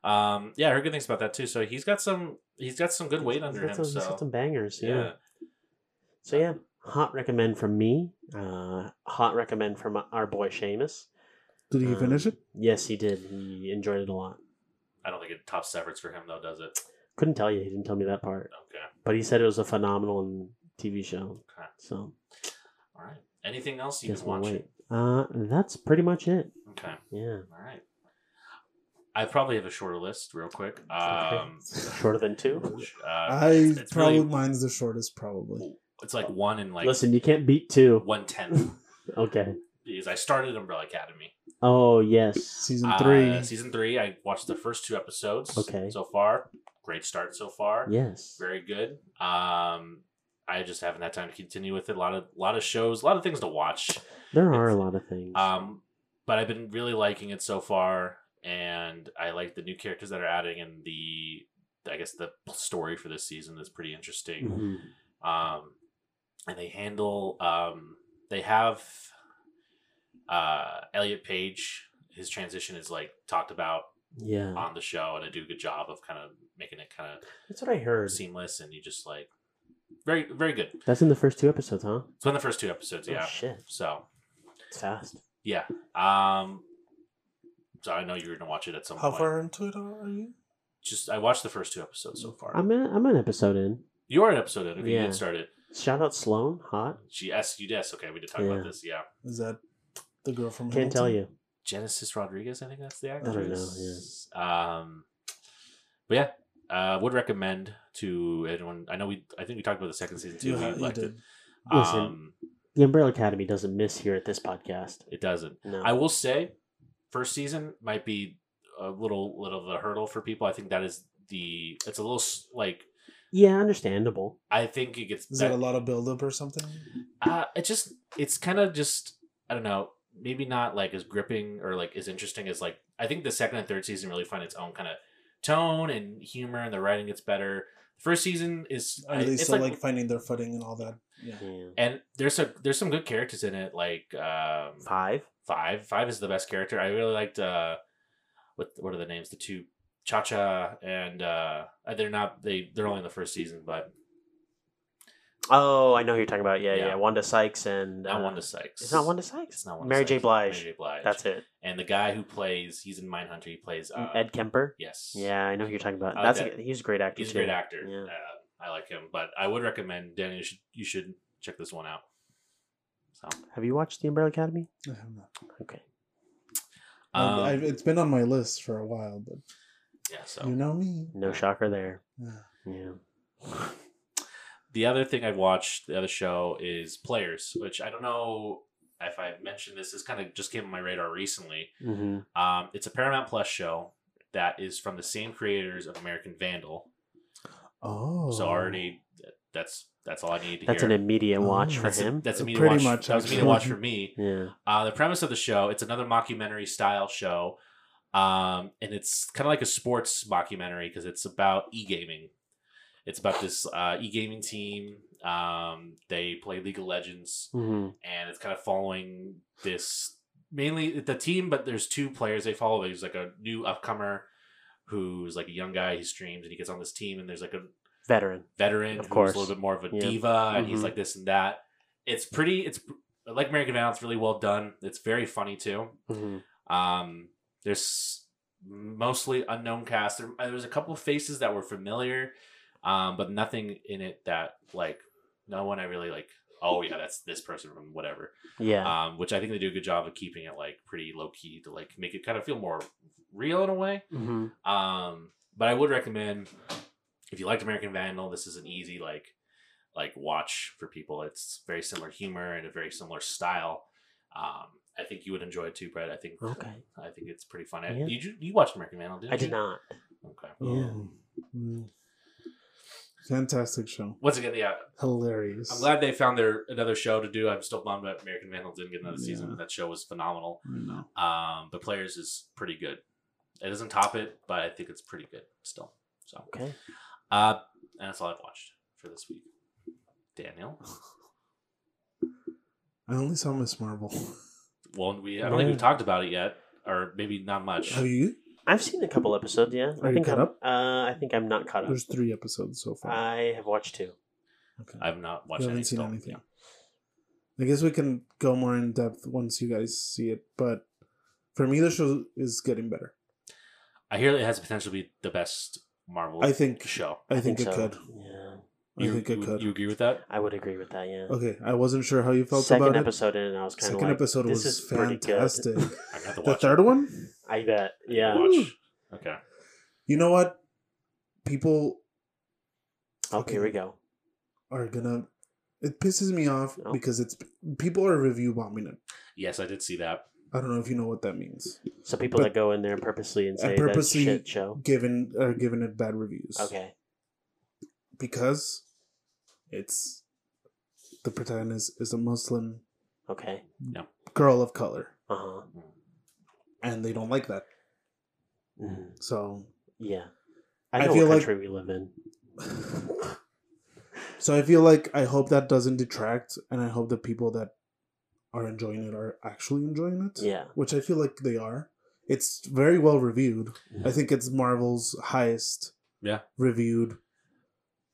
Speaker 5: Um, yeah, I heard good things about that too. So he's got some, he's got some good weight under
Speaker 3: He's
Speaker 5: him.
Speaker 3: got some- He's got some
Speaker 5: so
Speaker 3: bangers. Yeah.
Speaker 5: yeah,
Speaker 3: So yeah, hot recommend from me. Uh, hot recommend from our boy Seamus.
Speaker 4: Did you
Speaker 3: Um,
Speaker 4: finish it?
Speaker 3: Yes, he did. He enjoyed it a lot.
Speaker 5: I don't think it tops Severance for him though, does it?
Speaker 3: Couldn't tell you. He didn't tell me that part.
Speaker 5: Okay,
Speaker 3: But he said it was a phenomenal TV show.
Speaker 5: okay,
Speaker 3: So
Speaker 5: all right. Anything else you've
Speaker 3: guess
Speaker 5: been
Speaker 3: we'll
Speaker 5: watching?
Speaker 3: wait. Uh, that's pretty much it.
Speaker 5: Okay.
Speaker 3: Yeah.
Speaker 5: All right. I probably have a shorter list, real quick. Um,
Speaker 3: Shorter than two.
Speaker 5: uh,
Speaker 4: I
Speaker 5: it's- it's
Speaker 4: probably
Speaker 5: really-
Speaker 4: mine's the shortest, probably.
Speaker 5: it's like one in like
Speaker 3: Listen, you can't beat two.
Speaker 5: one tenth.
Speaker 3: Okay.
Speaker 5: Because I started Umbrella Academy
Speaker 3: Oh yes.
Speaker 4: Season
Speaker 5: Uh,
Speaker 4: three.
Speaker 5: season three. I watched the first two episodes.
Speaker 3: Okay.
Speaker 5: So far, great start so far.
Speaker 3: Yes.
Speaker 5: Very good. Um, I just haven't had time to continue with it. A lot of lot of shows, a lot of things to watch.
Speaker 3: There are a lot of things.
Speaker 5: Um, but I've been really liking it so far, and I like the new characters that are adding, and the I guess the story for this season is pretty interesting.
Speaker 3: Mhm.
Speaker 5: Um, and they handle um, they have uh, Elliot Page. His transition is like talked about
Speaker 3: Yeah.
Speaker 5: on the show, and I do a good job of kind of making it kind
Speaker 3: That's what I
Speaker 5: of
Speaker 3: heard.
Speaker 5: seamless, and you just like very very good.
Speaker 3: That's in the first two episodes, huh?
Speaker 5: It's one of the first two episodes,
Speaker 3: Oh,
Speaker 5: yeah.
Speaker 3: shit.
Speaker 5: So
Speaker 3: It's fast.
Speaker 5: yeah, um, so I know you're gonna watch it at some
Speaker 4: How
Speaker 5: point.
Speaker 4: far into it are you?
Speaker 5: just I watched the first two episodes so far.
Speaker 3: I'm in, I'm an episode in.
Speaker 5: you are an episode in. Okay, You
Speaker 3: Yeah.
Speaker 5: did start it.
Speaker 3: Shout out Sloan, hot.
Speaker 5: She yes, you yes. Okay, we did talk
Speaker 3: Yeah.
Speaker 5: about this. Yeah,
Speaker 4: Is that the girl from
Speaker 3: Can't tell you.
Speaker 5: Genesis Rodriguez. I think that's the
Speaker 3: don't know,
Speaker 5: actress. I don't know. Yeah. Um, but yeah, uh, would recommend to anyone. I know we. I think we talked about the second season too.
Speaker 4: You,
Speaker 5: we
Speaker 4: ha- you
Speaker 5: liked it.
Speaker 4: did.
Speaker 3: Listen.
Speaker 5: Um,
Speaker 3: The Umbrella Academy doesn't miss here at this podcast.
Speaker 5: it doesn't.
Speaker 3: No.
Speaker 5: I will say, first season might be a little little of a hurdle for people. I think that is the. It's a little s- like.
Speaker 3: yeah, understandable.
Speaker 5: I think it gets.
Speaker 4: Is that
Speaker 5: bet-
Speaker 4: a lot of buildup or something?
Speaker 5: uh, it just it's kind of just I don't know, maybe not like as gripping or like as interesting as like I think the second and third season really find its own kind of tone and humor, and the writing gets better. First season is
Speaker 4: At
Speaker 5: I-
Speaker 4: least
Speaker 5: it's
Speaker 4: so,
Speaker 5: like,
Speaker 4: like, finding their footing and all that. Yeah.
Speaker 3: Yeah.
Speaker 5: and there's a there's some good characters in it like um,
Speaker 3: Five.
Speaker 5: five five is the best character. I really liked uh what what are the names the two Cha Cha and uh they're not they they're only in the first season but
Speaker 3: Oh, I know who you're talking about. Yeah, yeah.
Speaker 5: Yeah.
Speaker 3: Wanda Sykes and
Speaker 5: not
Speaker 3: uh,
Speaker 5: Wanda Sykes.
Speaker 3: It's not Wanda Sykes.
Speaker 5: It's not Wanda
Speaker 3: Mary J.
Speaker 5: Sykes.
Speaker 3: Blige.
Speaker 5: Mary J. Blige.
Speaker 3: That's it.
Speaker 5: and the guy who plays he's in Mindhunter. He plays uh,
Speaker 3: Ed Kemper.
Speaker 5: Yes.
Speaker 3: Yeah, I know who you're talking about.
Speaker 5: I like
Speaker 3: That's a, he's a great actor.
Speaker 5: He's a
Speaker 3: too.
Speaker 5: great actor.
Speaker 3: Yeah.
Speaker 5: Uh, I like him, but I would recommend Danny. You should you should check this one out. So
Speaker 3: Have you watched The Umbrella Academy?
Speaker 4: I have not.
Speaker 3: Okay.
Speaker 5: um,
Speaker 4: I- I've, it's been on my list for a while, but
Speaker 5: yeah. So
Speaker 4: you know me.
Speaker 3: No shocker there.
Speaker 4: Yeah.
Speaker 3: Yeah.
Speaker 5: the other thing I watched, the other show is Players, which I don't know if I mentioned this. This kind of just came on my radar recently.
Speaker 3: Mm-hmm.
Speaker 5: Um, it's a Paramount Plus show that is from the same creators of American Vandal.
Speaker 4: Oh.
Speaker 5: So already that's that's all I need. To
Speaker 3: That's
Speaker 5: hear.
Speaker 3: an immediate watch for
Speaker 5: that's a-
Speaker 3: him.
Speaker 5: that's a
Speaker 4: Uh,
Speaker 5: media
Speaker 4: pretty
Speaker 5: watch.
Speaker 4: much,
Speaker 5: that was a media
Speaker 4: actually.
Speaker 5: watch for me.
Speaker 3: yeah.
Speaker 5: Uh, the premise of the show, it's another mockumentary style show. Um, and it's kind of like a sports mockumentary because it's about e-gaming. It's about this uh, e-gaming team. Um, they play League of Legends
Speaker 3: Mm-hmm.
Speaker 5: and it's kind of following this mainly the team, but there's two players they follow. There's like a new upcomer who's like a young guy, he streams and he gets on this team and there's like a
Speaker 3: Veteran.
Speaker 5: veteran,
Speaker 3: Of
Speaker 5: of
Speaker 3: course.
Speaker 5: course, a little bit more of a
Speaker 3: Yeah.
Speaker 5: diva, and he's
Speaker 3: Mhm.
Speaker 5: like this and that. It's pretty. It's like American Vandal. It's really well done. It's very funny too.
Speaker 3: Mm-hmm.
Speaker 5: Um, there's mostly unknown cast. There, there was a couple of faces that were familiar, um, but nothing in it that like no one I really like. Oh yeah, that's this person from whatever.
Speaker 3: Yeah.
Speaker 5: Um, which I think they do a good job of keeping it like pretty low key to like make it kind of feel more real in a way.
Speaker 3: mm-hmm.
Speaker 5: Um, but I would recommend if you liked American Vandal, this is an easy like like watch for people. It's very similar humor and a very similar style. Um, I think you would enjoy it too, Brett. I think
Speaker 3: Okay.
Speaker 5: I think it's pretty fun.
Speaker 3: Yeah.
Speaker 5: You you watched American Vandal, didn't
Speaker 3: I
Speaker 5: you?
Speaker 3: did not.
Speaker 5: Okay.
Speaker 3: Yeah.
Speaker 4: Mm. Fantastic show.
Speaker 5: Once again, yeah,
Speaker 4: Hilarious.
Speaker 5: I'm glad they found their another show to do. I'm still bummed that American Vandal didn't get another season,
Speaker 4: Yeah.
Speaker 5: but that show was phenomenal.
Speaker 4: I know.
Speaker 5: Um, but Players is pretty good. It doesn't top it, but I think it's pretty good still. So,
Speaker 3: Okay.
Speaker 5: uh, and that's all I've watched for this week.
Speaker 4: <laughs>
Speaker 5: Daniel,
Speaker 4: I only saw Miss
Speaker 5: <laughs>
Speaker 4: Marvel.
Speaker 5: well, we I don't think we've
Speaker 3: Yeah.
Speaker 5: talked about it yet, or maybe not much.
Speaker 4: Have you?
Speaker 3: I've seen a couple episodes. Yeah,
Speaker 4: Are
Speaker 3: I
Speaker 4: you
Speaker 3: think
Speaker 4: caught
Speaker 3: I'm,
Speaker 4: up?
Speaker 3: Uh, I think I'm not caught up.
Speaker 4: There's three episodes so far.
Speaker 3: I have watched two.
Speaker 4: okay.
Speaker 5: I've
Speaker 4: You
Speaker 5: not Uh, watched
Speaker 4: haven't
Speaker 5: any
Speaker 4: seen
Speaker 5: still.
Speaker 4: anything. I guess we can go more in depth once you guys see it, but for me, the show is getting better.
Speaker 5: I hear it has the potential to be the best Marvel.
Speaker 4: I think-
Speaker 5: show.
Speaker 4: I, think, it
Speaker 3: so.
Speaker 4: could.
Speaker 3: Yeah,
Speaker 4: I
Speaker 5: You,
Speaker 4: think it
Speaker 5: you-
Speaker 4: could.
Speaker 5: you agree with that?
Speaker 3: I would agree with that. Yeah.
Speaker 4: okay, I wasn't sure how you felt
Speaker 3: Second
Speaker 4: about
Speaker 3: episode in, and I was
Speaker 4: it.
Speaker 3: kind of
Speaker 4: Second
Speaker 3: like,
Speaker 4: episode
Speaker 3: "This
Speaker 4: was
Speaker 3: is pretty <laughs>
Speaker 4: fantastic.
Speaker 3: good."
Speaker 5: I got to
Speaker 4: the
Speaker 5: watch. it.
Speaker 4: third one,
Speaker 3: I bet.
Speaker 5: I
Speaker 3: Yeah.
Speaker 5: gotta watch. Okay.
Speaker 4: you know what? People
Speaker 3: Oh,
Speaker 4: Okay.
Speaker 3: here we go.
Speaker 4: are gonna. It pisses me off
Speaker 3: No.
Speaker 4: because it's people are review bombing it.
Speaker 5: Yes, I did see that.
Speaker 4: I don't know if you know what that means.
Speaker 3: So people
Speaker 4: But-
Speaker 3: that go in there purposely and
Speaker 4: I
Speaker 3: say
Speaker 4: purposely-
Speaker 3: that's shit show.
Speaker 4: Given are giving it bad reviews.
Speaker 3: Okay.
Speaker 4: because it's the protagonist is a Muslim
Speaker 3: Okay.
Speaker 4: girl of color,
Speaker 3: Uh huh.
Speaker 4: and they don't like that.
Speaker 3: hmm
Speaker 4: So, <laughs>
Speaker 3: Yeah. I
Speaker 4: I
Speaker 3: know
Speaker 4: feel
Speaker 3: what
Speaker 4: like-
Speaker 3: country we live in.
Speaker 4: so I feel like I hope that doesn't detract, and I hope the people that are enjoying it are actually enjoying it.
Speaker 3: Yeah.
Speaker 4: which I feel like they are. It's very well reviewed.
Speaker 3: Mhm.
Speaker 4: I think it's Marvel's highest
Speaker 5: Yeah.
Speaker 4: reviewed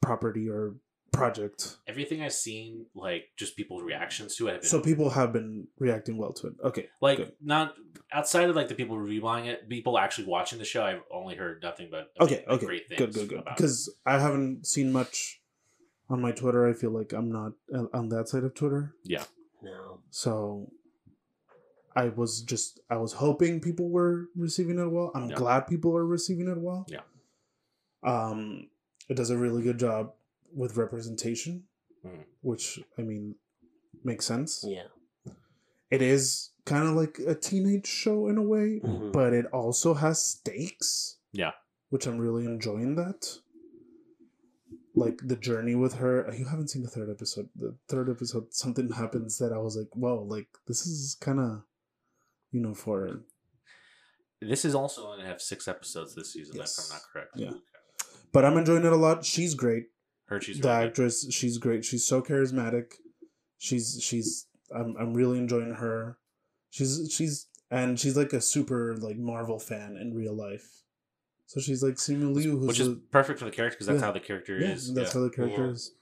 Speaker 4: property or project.
Speaker 5: Everything I've seen, like just people's reactions to it, have been
Speaker 4: So people have been reacting well to it. Okay,
Speaker 5: like
Speaker 4: good.
Speaker 5: not outside of like the people reviewing it. People actually watching the show, I've only heard nothing but
Speaker 4: okay,
Speaker 5: like,
Speaker 4: okay,
Speaker 5: great things.
Speaker 4: good, good, good.
Speaker 5: about it.
Speaker 4: Because I haven't seen much on my Twitter. I feel like I'm not on- on that side of Twitter,
Speaker 3: No.
Speaker 4: so I was just I was hoping people were receiving it well. I'm
Speaker 5: Yeah.
Speaker 4: glad people are receiving it well.
Speaker 5: Yeah.
Speaker 4: Um, it does a really good job with representation,
Speaker 5: Mhm.
Speaker 4: which I mean makes sense.
Speaker 3: Yeah.
Speaker 4: It is kind of like a teenage show in a way,
Speaker 3: Mhm.
Speaker 4: but it also has stakes.
Speaker 5: Yeah.
Speaker 4: Which I'm really enjoying that. Like the journey with her. You haven't seen the third episode. The third episode, something happens that I was like, whoa, like this is kind of, you know, foreign.
Speaker 5: this is also only gonna have six episodes this season,
Speaker 4: Yes.
Speaker 5: if I'm not correct.
Speaker 4: Yeah.
Speaker 5: Okay.
Speaker 4: But I'm enjoying it a lot. She's great.
Speaker 5: Heard she's
Speaker 4: the
Speaker 5: really good.
Speaker 4: actress, she's great. She's so charismatic. She's, she's, I'm, I'm really enjoying her. She's, she's, and she's like a super, like, Marvel fan in real life. So she's like Simu Liu, who's
Speaker 5: which is
Speaker 4: a-
Speaker 5: perfect for the character because that's
Speaker 4: Yeah.
Speaker 5: how the character
Speaker 4: Yeah,
Speaker 5: is.
Speaker 4: that's
Speaker 5: yeah.
Speaker 4: how the character
Speaker 3: Yeah.
Speaker 4: is.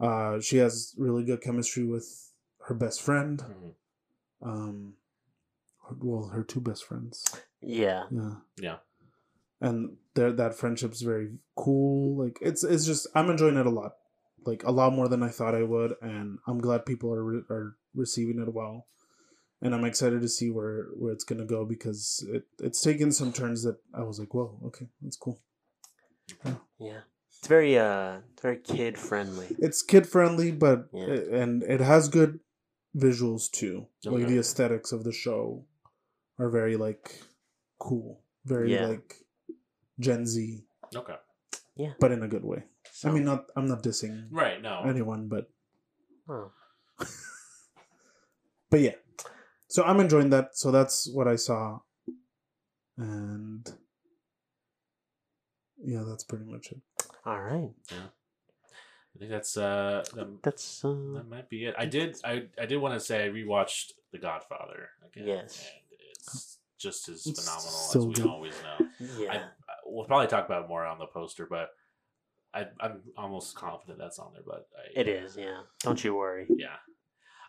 Speaker 4: Uh, she has really good chemistry with her best friend.
Speaker 5: Mhm.
Speaker 4: Um, her- well, her two best friends.
Speaker 3: Yeah.
Speaker 4: Yeah.
Speaker 5: Yeah.
Speaker 4: And their that friendship's very cool. Like it's it's just I'm enjoying it a lot, like a lot more than I thought I would, and I'm glad people are re- are receiving it well, and I'm excited to see where where it's gonna go because it it's taken some turns that I was like, whoa, okay, that's cool.
Speaker 3: Yeah. It's very uh very kid friendly.
Speaker 4: it's kid friendly, but
Speaker 3: Yeah.
Speaker 4: and it has good visuals too. Like
Speaker 5: Okay.
Speaker 4: the aesthetics of the show are very like cool, very
Speaker 3: Yeah.
Speaker 4: like Gen Z,
Speaker 5: Okay.
Speaker 4: but in a good way.
Speaker 3: So,
Speaker 4: I mean, not I'm not dissing
Speaker 5: Right. No.
Speaker 4: anyone, but
Speaker 3: oh,
Speaker 4: but yeah. So I'm enjoying that. So that's what I saw, and yeah, that's pretty much it.
Speaker 3: all right.
Speaker 5: I think that's uh. um,
Speaker 3: That's uh,
Speaker 5: That might be it. I did. I I did want to say I rewatched The Godfather again.
Speaker 3: Yes.
Speaker 5: and it's just as
Speaker 4: It's
Speaker 5: phenomenal
Speaker 4: so
Speaker 5: as we
Speaker 4: good.
Speaker 5: always know. I,
Speaker 3: yeah.
Speaker 5: I- we'll probably talk about it more on the poster, but I, I'm almost confident that's on there. But I,
Speaker 3: It is, yeah. Don't you worry.
Speaker 5: Yeah,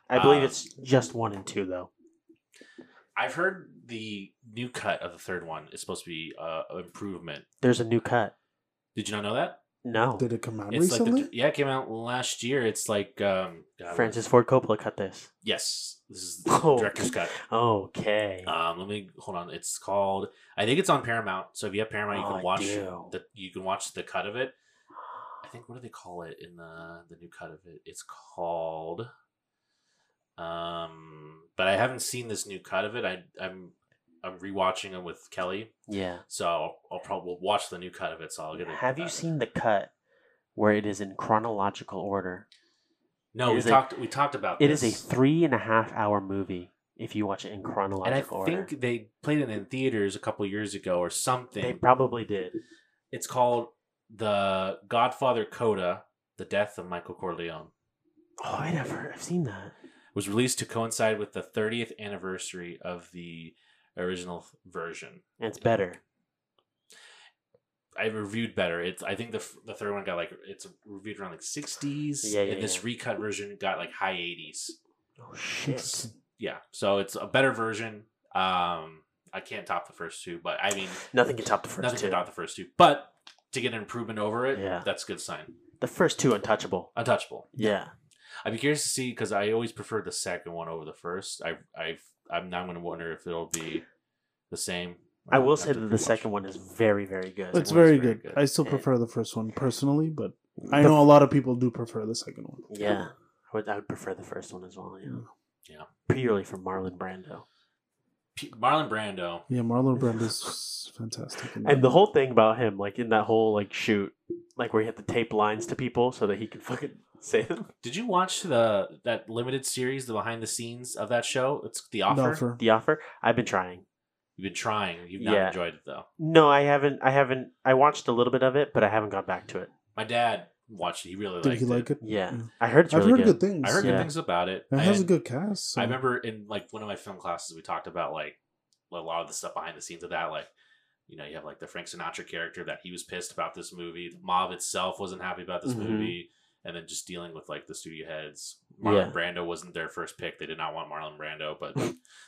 Speaker 3: I believe
Speaker 5: Um,
Speaker 3: it's just one and two though.
Speaker 5: I've heard the new cut of the third one is supposed to be uh, an improvement.
Speaker 3: There's a new cut.
Speaker 5: Did you not know that?
Speaker 3: No.
Speaker 4: Did it come out
Speaker 5: It's
Speaker 4: recently?
Speaker 5: like the, yeah, it came out last year. It's like um, God, what-
Speaker 3: Francis Ford Coppola cut this.
Speaker 5: Yes, this
Speaker 3: <laughs>
Speaker 5: is the
Speaker 3: Oh.
Speaker 5: director's cut.
Speaker 3: Okay.
Speaker 5: Um, let me hold on. It's called. I think it's on Paramount. So if you have Paramount, you
Speaker 3: Oh,
Speaker 5: can
Speaker 3: I
Speaker 5: watch
Speaker 3: do.
Speaker 5: the you can watch the cut of it. I think what do they call it in the the new cut of it? It's called. Um, but I haven't seen this new cut of it. I I'm I'm rewatching it with Kelly,
Speaker 3: yeah.
Speaker 5: so I'll, I'll probably watch the new cut of it. So I'll get. a-
Speaker 3: Have you seen the cut where it is in chronological order.
Speaker 5: No,
Speaker 3: It
Speaker 5: we
Speaker 3: is a-
Speaker 5: talked. we talked about
Speaker 3: It
Speaker 5: this.
Speaker 3: is a three and a half hour movie if you watch it in
Speaker 5: and I
Speaker 3: chronological order.
Speaker 5: think they played it in theaters a couple years ago or something.
Speaker 3: They probably did.
Speaker 5: it's called The Godfather Coda: The Death of Michael Corleone.
Speaker 3: Oh, I never. I've seen that.
Speaker 5: It was released to coincide with the 30th anniversary of the original version.
Speaker 3: And it's better.
Speaker 5: I reviewed better. It's I think the f- the third one got like it's reviewed around like 60s,
Speaker 3: Yeah, yeah,
Speaker 5: and this
Speaker 3: yeah.
Speaker 5: recut version got like high 80s.
Speaker 3: Oh shit.
Speaker 5: Yeah, so it's a better version. Um, I can't top the first two, but I mean
Speaker 3: Nothing can top the first
Speaker 5: nothing
Speaker 3: two.
Speaker 5: can top the first two. But to get an improvement over it,
Speaker 3: Yeah.
Speaker 5: that's a good sign.
Speaker 3: the first two untouchable.
Speaker 5: Untouchable.
Speaker 3: Yeah.
Speaker 5: I'd be curious to see because I always prefer the second one over the first. I I I'm now going to wonder if it'll be the same.
Speaker 3: I will say that the second one is very, very good.
Speaker 4: It's
Speaker 5: one is
Speaker 4: very
Speaker 5: very
Speaker 4: good.
Speaker 5: good.
Speaker 4: I still
Speaker 3: Yeah.
Speaker 4: prefer the first one personally, but I
Speaker 3: The-
Speaker 4: know a lot of people do prefer the second one.
Speaker 3: Yeah. I would, I would prefer the first one as well.
Speaker 4: Mm.
Speaker 3: Yeah.
Speaker 5: Yeah.
Speaker 3: Purely for Marlon Brando.
Speaker 5: P- Marlon Brando.
Speaker 4: Yeah, Marlon Brando's fantastic. in that.
Speaker 3: And the whole thing about him, like in that whole like shoot, like where he had to tape lines to people so that he could <laughs> fucking say them.
Speaker 5: Did you watch the that limited series, the behind the scenes of that show? It's The Offer.
Speaker 4: The offer.
Speaker 3: The offer. I've been trying.
Speaker 5: You've been trying. You've not
Speaker 3: Yeah.
Speaker 5: enjoyed it though.
Speaker 3: No, I haven't. I haven't. I watched a little bit of it, but I haven't gone back to it.
Speaker 5: My dad watched it. He really
Speaker 4: Did
Speaker 5: liked
Speaker 4: he like
Speaker 5: it.
Speaker 4: it?
Speaker 3: Yeah,
Speaker 4: Mm.
Speaker 3: I heard it's
Speaker 4: I've
Speaker 3: really
Speaker 4: heard
Speaker 3: good.
Speaker 4: good things.
Speaker 5: I heard
Speaker 3: Yeah.
Speaker 5: good things about it.
Speaker 4: It has a
Speaker 5: and
Speaker 4: good cast. so-
Speaker 5: I remember in like one of my film classes, we talked about like a lot of the stuff behind the scenes of that. Like, you know, you have like the Frank Sinatra character that he was pissed about this movie. The mob itself wasn't happy about this
Speaker 3: Mhm.
Speaker 5: movie, and then just dealing with like the studio heads. Marlon
Speaker 3: Yeah.
Speaker 5: Brando wasn't their first pick. They did not want Marlon Brando, but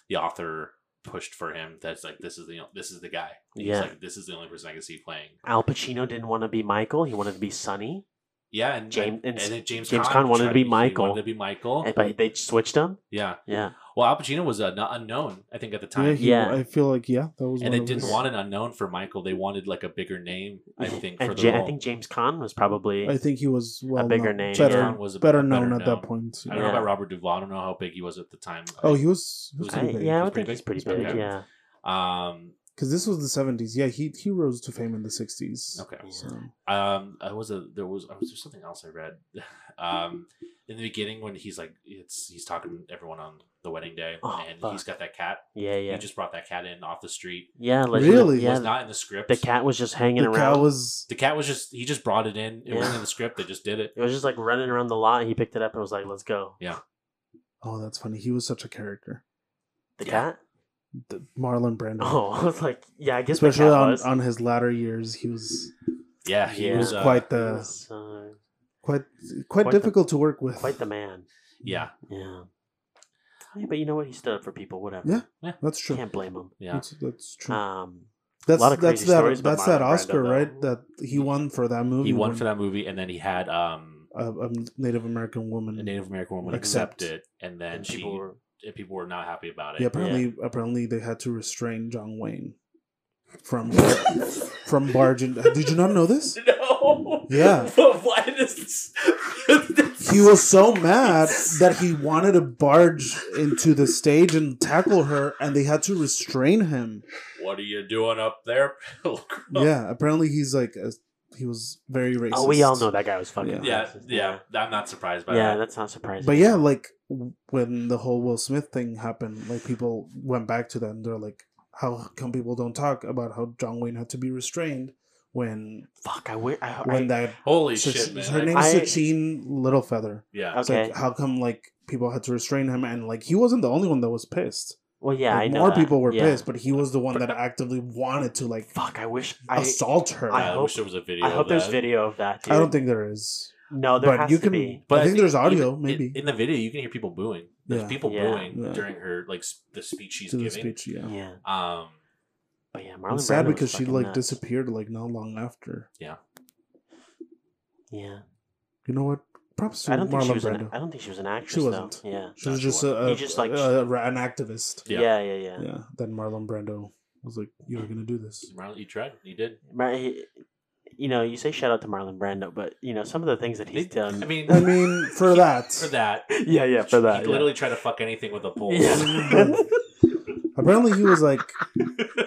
Speaker 5: the author pushed for him. That's like this is the this is the guy. He's
Speaker 3: Yeah.
Speaker 5: like this is the only person I can see playing.
Speaker 3: Al Pacino didn't want to be Michael. He wanted to be Sonny,
Speaker 5: Yeah, and
Speaker 3: James-
Speaker 5: and,
Speaker 3: and
Speaker 5: then James
Speaker 3: James Caan wanted to
Speaker 5: tried-
Speaker 3: be
Speaker 5: he
Speaker 3: Michael.
Speaker 5: Wanted to be Michael.
Speaker 3: and- but they switched him.
Speaker 5: yeah.
Speaker 3: Yeah,
Speaker 5: Well, Al Pacino was uh, not unknown. I think at the time.
Speaker 4: Yeah, he-
Speaker 3: Yeah.
Speaker 4: I feel like yeah, that was.
Speaker 5: and
Speaker 4: one
Speaker 5: they
Speaker 4: of
Speaker 5: didn't
Speaker 4: his-
Speaker 5: want an unknown for Michael. They wanted like a bigger name, I think, for
Speaker 3: and
Speaker 5: the
Speaker 3: Ja-
Speaker 5: role.
Speaker 3: I think James Caan was probably.
Speaker 4: I think he was well
Speaker 3: bigger
Speaker 4: known-
Speaker 3: name,
Speaker 5: James
Speaker 4: better,
Speaker 5: Caan was a-
Speaker 4: better
Speaker 5: better
Speaker 4: known at
Speaker 5: known.
Speaker 4: that point.
Speaker 5: I don't know
Speaker 3: Yeah.
Speaker 5: about Robert Duvall. I don't know how big he was at the time.
Speaker 4: Oh, he was. He was
Speaker 5: I-
Speaker 3: I-
Speaker 4: pretty big.
Speaker 3: yeah, I
Speaker 5: He's
Speaker 3: would
Speaker 5: pretty
Speaker 3: think he's
Speaker 5: big.
Speaker 3: pretty
Speaker 5: He's pretty
Speaker 3: big.
Speaker 5: big.
Speaker 3: Yeah,
Speaker 5: Um,
Speaker 4: because this was the seventies. Yeah, he he rose to fame in the sixties.
Speaker 5: okay.
Speaker 4: So.
Speaker 5: Um, I was a there was I was there something else I read. <laughs> Um, in the beginning when he's like it's he's talking to everyone on the wedding day,
Speaker 3: Oh,
Speaker 5: and
Speaker 3: fuck.
Speaker 5: he's got that cat.
Speaker 3: yeah, yeah,
Speaker 5: He just brought that cat in off the street.
Speaker 3: yeah. like-
Speaker 4: Really?
Speaker 3: Yeah,
Speaker 5: was not in the script.
Speaker 3: the cat was just hanging
Speaker 4: The
Speaker 3: around.
Speaker 4: cow was.
Speaker 5: The cat was just he just brought it in. It wasn't
Speaker 3: Yeah.
Speaker 5: in the script. They just did it.
Speaker 3: It was just like running around the lot. He picked it up and was like, "Let's go."
Speaker 4: Oh, that's funny. He was such a character.
Speaker 3: The
Speaker 5: Yeah.
Speaker 3: cat. <laughs>
Speaker 4: The, Marlon Brando.
Speaker 3: Oh, I was like, yeah, I guess
Speaker 4: especially
Speaker 3: the cat
Speaker 4: on,
Speaker 3: was.
Speaker 4: on his latter years, he was
Speaker 5: Yeah, he
Speaker 3: Yeah.
Speaker 5: was uh,
Speaker 4: quite
Speaker 3: He
Speaker 4: the
Speaker 3: was, uh,
Speaker 4: quite quite,
Speaker 3: quite the-
Speaker 4: difficult to work with.
Speaker 3: quite the man.
Speaker 5: yeah
Speaker 3: Yeah. Yeah, but you know what? He stood up for people. Whatever.
Speaker 4: Yeah,
Speaker 5: Yeah.
Speaker 4: that's true.
Speaker 3: Can't blame him.
Speaker 5: yeah.
Speaker 4: That's, that's true.
Speaker 3: Um,
Speaker 4: that's
Speaker 3: lot of
Speaker 4: that's
Speaker 3: crazy stories
Speaker 4: that
Speaker 3: about
Speaker 4: that's that
Speaker 3: Marlon Brando,
Speaker 4: Oscar
Speaker 3: though.
Speaker 4: right that he won for that movie.
Speaker 5: He won
Speaker 4: when
Speaker 5: for that movie, and then he had um
Speaker 4: A, a Native American woman.
Speaker 5: a Native American woman
Speaker 4: Accept.
Speaker 5: accepted, and then
Speaker 3: and
Speaker 5: she
Speaker 3: people were
Speaker 5: and people were not happy about it.
Speaker 4: yeah, apparently apparently they had to restrain John Wayne from <laughs> from barging. Did you not know this?
Speaker 5: <laughs> No.
Speaker 4: Yeah.
Speaker 5: <laughs> But why does this? <laughs>
Speaker 4: He was so mad that he wanted to barge into the stage and tackle her, and they had to restrain him.
Speaker 5: What are you doing up there, Pilgrim?
Speaker 4: Yeah, apparently he's like a, he was very racist.
Speaker 3: Oh, we all know that guy was fucking.
Speaker 4: Yeah.
Speaker 5: Yeah,
Speaker 3: racist,
Speaker 5: yeah. I'm not surprised by
Speaker 3: Yeah,
Speaker 5: that.
Speaker 3: that's not surprising.
Speaker 4: But yeah, like w- when the whole Will Smith thing happened, like people went back to that and they're like, how come people don't talk about how John Wayne had to be restrained when
Speaker 3: fuck. I wi- I, I,
Speaker 4: when that
Speaker 5: Holy
Speaker 4: Sach-
Speaker 5: shit, man!
Speaker 4: her
Speaker 5: I-
Speaker 4: name's
Speaker 3: I-
Speaker 4: Sachin Littlefeather.
Speaker 5: yeah,
Speaker 4: It's like,
Speaker 3: okay.
Speaker 4: how come like people had to restrain him and like he wasn't the only one that was pissed.
Speaker 3: well, yeah,
Speaker 4: Like,
Speaker 3: I know
Speaker 4: more
Speaker 3: that.
Speaker 4: people were
Speaker 3: Yeah.
Speaker 4: pissed, but he was the one that actively wanted to like
Speaker 3: Fuck. I wish. I
Speaker 4: assault her.
Speaker 5: I,
Speaker 3: I
Speaker 4: I,
Speaker 5: wish
Speaker 3: hope-
Speaker 5: there was a video.
Speaker 3: I hope
Speaker 5: of
Speaker 3: there's
Speaker 5: that.
Speaker 3: video of that. Dude.
Speaker 4: don't think there is.
Speaker 3: No, there
Speaker 4: but
Speaker 3: has
Speaker 4: you
Speaker 3: to
Speaker 4: can-
Speaker 3: be.
Speaker 4: I think there's audio,
Speaker 5: even
Speaker 4: maybe.
Speaker 5: in, in the video you can hear people booing. There's
Speaker 4: Yeah.
Speaker 5: people
Speaker 3: Yeah.
Speaker 5: booing
Speaker 4: Yeah.
Speaker 5: during her like s- the speech she's
Speaker 4: to the
Speaker 5: giving.
Speaker 4: speech, yeah.
Speaker 3: Yeah.
Speaker 5: Um,
Speaker 3: But yeah, Marlon
Speaker 4: It's sad
Speaker 3: Brando was
Speaker 4: because she
Speaker 3: fucking
Speaker 4: like
Speaker 3: nuts.
Speaker 4: disappeared like not long after.
Speaker 3: Yeah.
Speaker 4: You know what? Props to
Speaker 3: I don't think she
Speaker 4: Marlon
Speaker 3: was an.
Speaker 4: Brando.
Speaker 3: I don't think she was an actress.
Speaker 4: wasn't.
Speaker 3: Though. Yeah.
Speaker 4: She
Speaker 5: No,
Speaker 4: was
Speaker 5: she
Speaker 4: just, a,
Speaker 3: He just, like,
Speaker 4: a- a- an activist.
Speaker 5: Yeah.
Speaker 3: Yeah. Yeah. Yeah.
Speaker 4: Yeah. Then Marlon Brando was like, "You were gonna
Speaker 3: <laughs>
Speaker 4: do this."
Speaker 5: Ronald, you tried. You did.
Speaker 3: Mar- he- you know, you say shout out to Marlon Brando, but you know some of the things that he's
Speaker 5: They-
Speaker 3: done.
Speaker 5: I <laughs> mean,
Speaker 4: I mean, for that,
Speaker 5: for that,
Speaker 3: yeah, yeah, for that.
Speaker 5: he
Speaker 3: yeah. <laughs>
Speaker 4: <laughs>
Speaker 5: literally tried to fuck anything with a pole.
Speaker 3: Yeah.
Speaker 4: apparently he was like,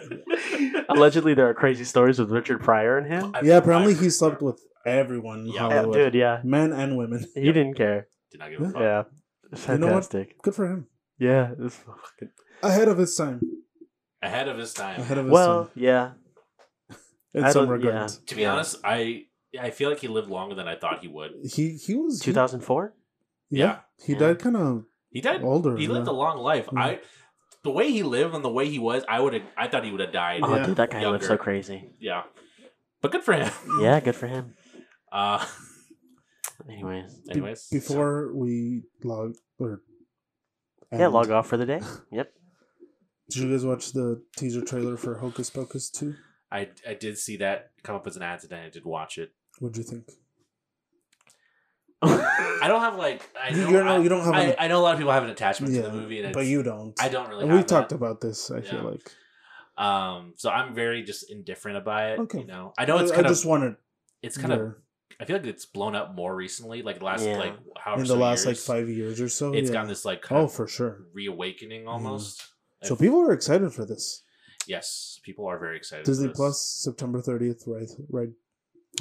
Speaker 3: <laughs> Allegedly, there are crazy stories with Richard Pryor and him.
Speaker 5: I-
Speaker 4: yeah, apparently
Speaker 5: I
Speaker 4: he slept with everyone. in
Speaker 5: Yeah.
Speaker 3: Yeah,
Speaker 4: Hollywood.
Speaker 3: dude, yeah.
Speaker 4: Men and women. <laughs>
Speaker 3: He didn't care.
Speaker 5: Did not give a fuck.
Speaker 3: Yeah. It's
Speaker 4: You know what?
Speaker 3: fantastic.
Speaker 4: Good for him.
Speaker 3: Yeah. This fucking...
Speaker 4: Ahead of his time.
Speaker 5: Ahead of his time.
Speaker 4: Ahead of his
Speaker 3: Well,
Speaker 4: time.
Speaker 3: yeah.
Speaker 4: In
Speaker 3: I
Speaker 4: some
Speaker 3: don't- yeah.
Speaker 4: regard.
Speaker 5: to be
Speaker 3: Yeah.
Speaker 5: honest, I I feel like he lived longer than I thought he would.
Speaker 4: He he was he-
Speaker 3: 2004?
Speaker 4: Yeah. He
Speaker 3: Yeah.
Speaker 4: died kind of
Speaker 5: He died.
Speaker 4: older.
Speaker 5: he lived
Speaker 4: yeah.
Speaker 5: a long life.
Speaker 4: Hmm.
Speaker 5: I the way he lived and the way he was, I would have. I thought he would have died.
Speaker 3: Oh,
Speaker 4: Yeah.
Speaker 3: dude, that guy looks so
Speaker 5: Younger.
Speaker 3: crazy.
Speaker 5: Yeah, but good for him. <laughs>
Speaker 3: Yeah, good for him.
Speaker 5: Uh,
Speaker 3: Anyways.
Speaker 5: anyways,
Speaker 4: Before we log or
Speaker 3: Yeah,
Speaker 4: end,
Speaker 3: log off for the
Speaker 4: <laughs>
Speaker 3: day. Yep.
Speaker 4: Did you guys watch the teaser trailer for Hocus Pocus 2?
Speaker 5: I I did see that come up as an ad today. I did watch it.
Speaker 4: What'd you think?
Speaker 5: I don't have like I
Speaker 4: You-
Speaker 5: know,
Speaker 4: you're no-
Speaker 5: I,
Speaker 4: you don't have
Speaker 5: I,
Speaker 4: an-
Speaker 5: I know a lot of people have an attachment
Speaker 4: yeah,
Speaker 5: to the movie, and it's,
Speaker 4: but you don't.
Speaker 5: I don't really.
Speaker 4: And
Speaker 5: have
Speaker 4: we've talked
Speaker 5: that.
Speaker 4: about this, I
Speaker 5: Yeah.
Speaker 4: feel like.
Speaker 5: Um, so I'm very just indifferent about it.
Speaker 4: Okay.
Speaker 5: You know, I know it's
Speaker 4: I-
Speaker 5: kind
Speaker 4: I
Speaker 5: of
Speaker 4: just wanted
Speaker 5: it's kind of I feel like it's blown up more recently, like the last
Speaker 3: Yeah.
Speaker 5: like however
Speaker 4: in the
Speaker 5: so
Speaker 4: last like
Speaker 5: years,
Speaker 4: five years or so.
Speaker 5: It's
Speaker 4: yeah.
Speaker 5: gotten this like kind
Speaker 4: Oh,
Speaker 5: of
Speaker 4: for sure.
Speaker 5: reawakening almost.
Speaker 4: So
Speaker 5: If-
Speaker 4: people are excited for this.
Speaker 5: yes, people are very excited. for
Speaker 4: Disney
Speaker 5: this.
Speaker 4: Plus September 30th, right? Right,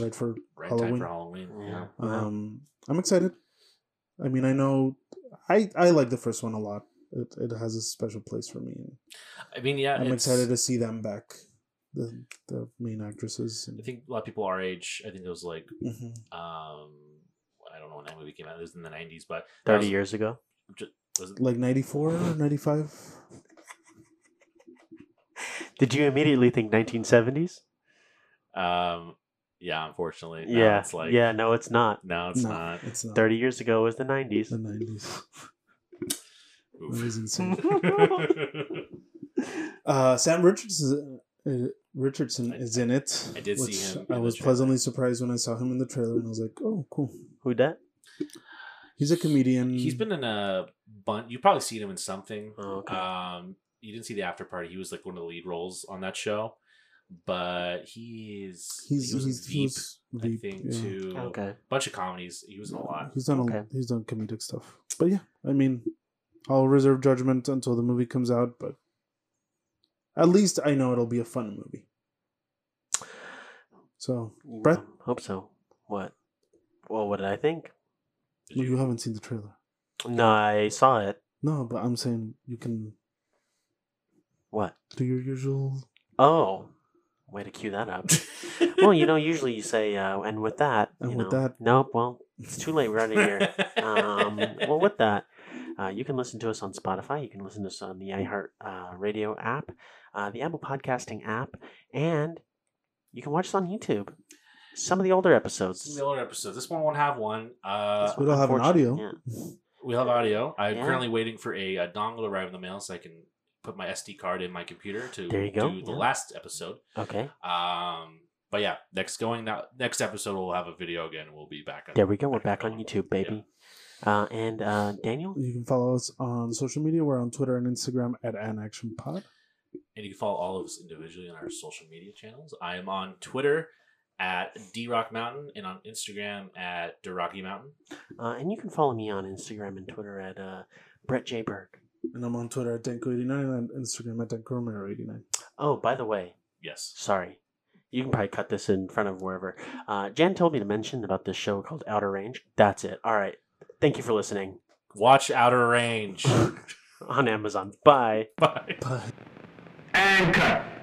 Speaker 4: right for.
Speaker 5: right time
Speaker 4: Halloween.
Speaker 5: for Halloween.
Speaker 3: Yeah. <laughs>
Speaker 5: Yeah.
Speaker 3: Wow.
Speaker 4: Um, I'm excited. I mean, I know, I I like the first one a lot. It it has a special place for me.
Speaker 5: I mean, yeah,
Speaker 4: I'm
Speaker 5: it's-
Speaker 4: excited to see them back, the the main actresses. And,
Speaker 5: I think a lot of people our age. I think it was like
Speaker 4: Mhm.
Speaker 5: um, I don't know when that movie came out. It was in the nineties, but that
Speaker 3: 30
Speaker 5: was,
Speaker 3: years ago.
Speaker 5: Was it,
Speaker 4: like 94 or 95.
Speaker 3: Did you immediately think 1970s?
Speaker 5: um, yeah, unfortunately, no,
Speaker 3: yeah.
Speaker 5: It's like
Speaker 3: yeah, no, it's not.
Speaker 5: no, it's
Speaker 4: No,
Speaker 5: not.
Speaker 4: It's not
Speaker 3: 30 years ago was the
Speaker 4: the
Speaker 3: 90s.
Speaker 4: 90s. That
Speaker 5: Oof.
Speaker 4: is
Speaker 5: <laughs>
Speaker 4: insane.
Speaker 3: <laughs>
Speaker 4: Uh, Sam Richards is, uh, Richardson
Speaker 5: I-
Speaker 4: is in it.
Speaker 5: I did see him in
Speaker 4: I
Speaker 5: the
Speaker 4: was
Speaker 5: trailer.
Speaker 4: pleasantly surprised when I saw him in the trailer, and I was like, "Oh, cool."
Speaker 3: Who that?
Speaker 4: He's a comedian.
Speaker 5: He's been in a bunch. You've probably seen him in something.
Speaker 3: Oh, okay.
Speaker 5: Um, you didn't see the after party. He was like one of the lead roles on that show, but he's
Speaker 4: He's-
Speaker 5: he was in
Speaker 4: he's- he
Speaker 5: Veep,
Speaker 4: was
Speaker 5: I
Speaker 4: Veep,
Speaker 5: think
Speaker 4: yeah.
Speaker 5: too.
Speaker 3: okay.
Speaker 5: bunch of comedies. He was in a lot.
Speaker 4: He's done
Speaker 3: Okay.
Speaker 4: a, he's done comedic stuff, but yeah, I mean, I'll reserve judgment until the movie comes out. But at least I know it'll be a fun movie. So Brett?
Speaker 3: Hope so. What? Well, what did I think?
Speaker 5: Did
Speaker 4: well, <laughs> you
Speaker 5: you- <laughs>
Speaker 4: haven't seen the trailer,
Speaker 3: No, I saw it.
Speaker 4: no? But I'm saying you can
Speaker 3: What?
Speaker 4: do your usual.
Speaker 3: Oh, way to cue that
Speaker 4: <laughs>
Speaker 3: up. well, you know, usually you say, uh, and with that,
Speaker 4: And
Speaker 3: you
Speaker 4: with
Speaker 3: know,
Speaker 4: that-
Speaker 3: nope. Well, it's too late. We're out of
Speaker 4: <laughs>
Speaker 3: here.
Speaker 5: <laughs>
Speaker 3: um, well, with that, uh, you can listen to us on Spotify. You can listen to us on the iHeart uh, Radio app, uh, the Apple Podcasting app, and you can watch us on YouTube. Some of the older
Speaker 5: Some of
Speaker 3: episodes.
Speaker 5: the older episodes. This one won't have one. Uh,
Speaker 4: We don't have an audio.
Speaker 3: Unfortunately,
Speaker 5: we have audio. I'm
Speaker 3: Yeah.
Speaker 5: currently waiting for a, uh dongle to arrive in the mail so I can put my SD card in my computer to
Speaker 3: There you go,
Speaker 5: do the
Speaker 3: yeah.
Speaker 5: last episode.
Speaker 3: yeah. Okay.
Speaker 5: Um, but yeah, next going now. Next episode we'll have a video again. We'll be back. on-
Speaker 3: There we go. We're back on YouTube, baby. Uh, and uh, Daniel.
Speaker 4: You can follow us on social media. We're on Twitter and Instagram at An Action Pod.
Speaker 5: And you can follow all of us individually on our social media channels. I am on Twitter at drock mountain and on Instagram at drocky mountain.
Speaker 3: Uh, and you can follow me on Instagram and Twitter at uh, Brett J. Berg.
Speaker 4: And I'm on Twitter at Denko89 and Instagram at DenkoRomero89.
Speaker 3: Oh, by the way,
Speaker 5: Yes.
Speaker 3: sorry. You can probably cut this in front of wherever. Uh, Jan told me to mention about this show called Outer Range. That's it. All right. Thank you for listening
Speaker 5: Watch Outer Range. <laughs>
Speaker 3: on Amazon. Bye.
Speaker 5: Bye.
Speaker 4: Bye.
Speaker 2: And cut.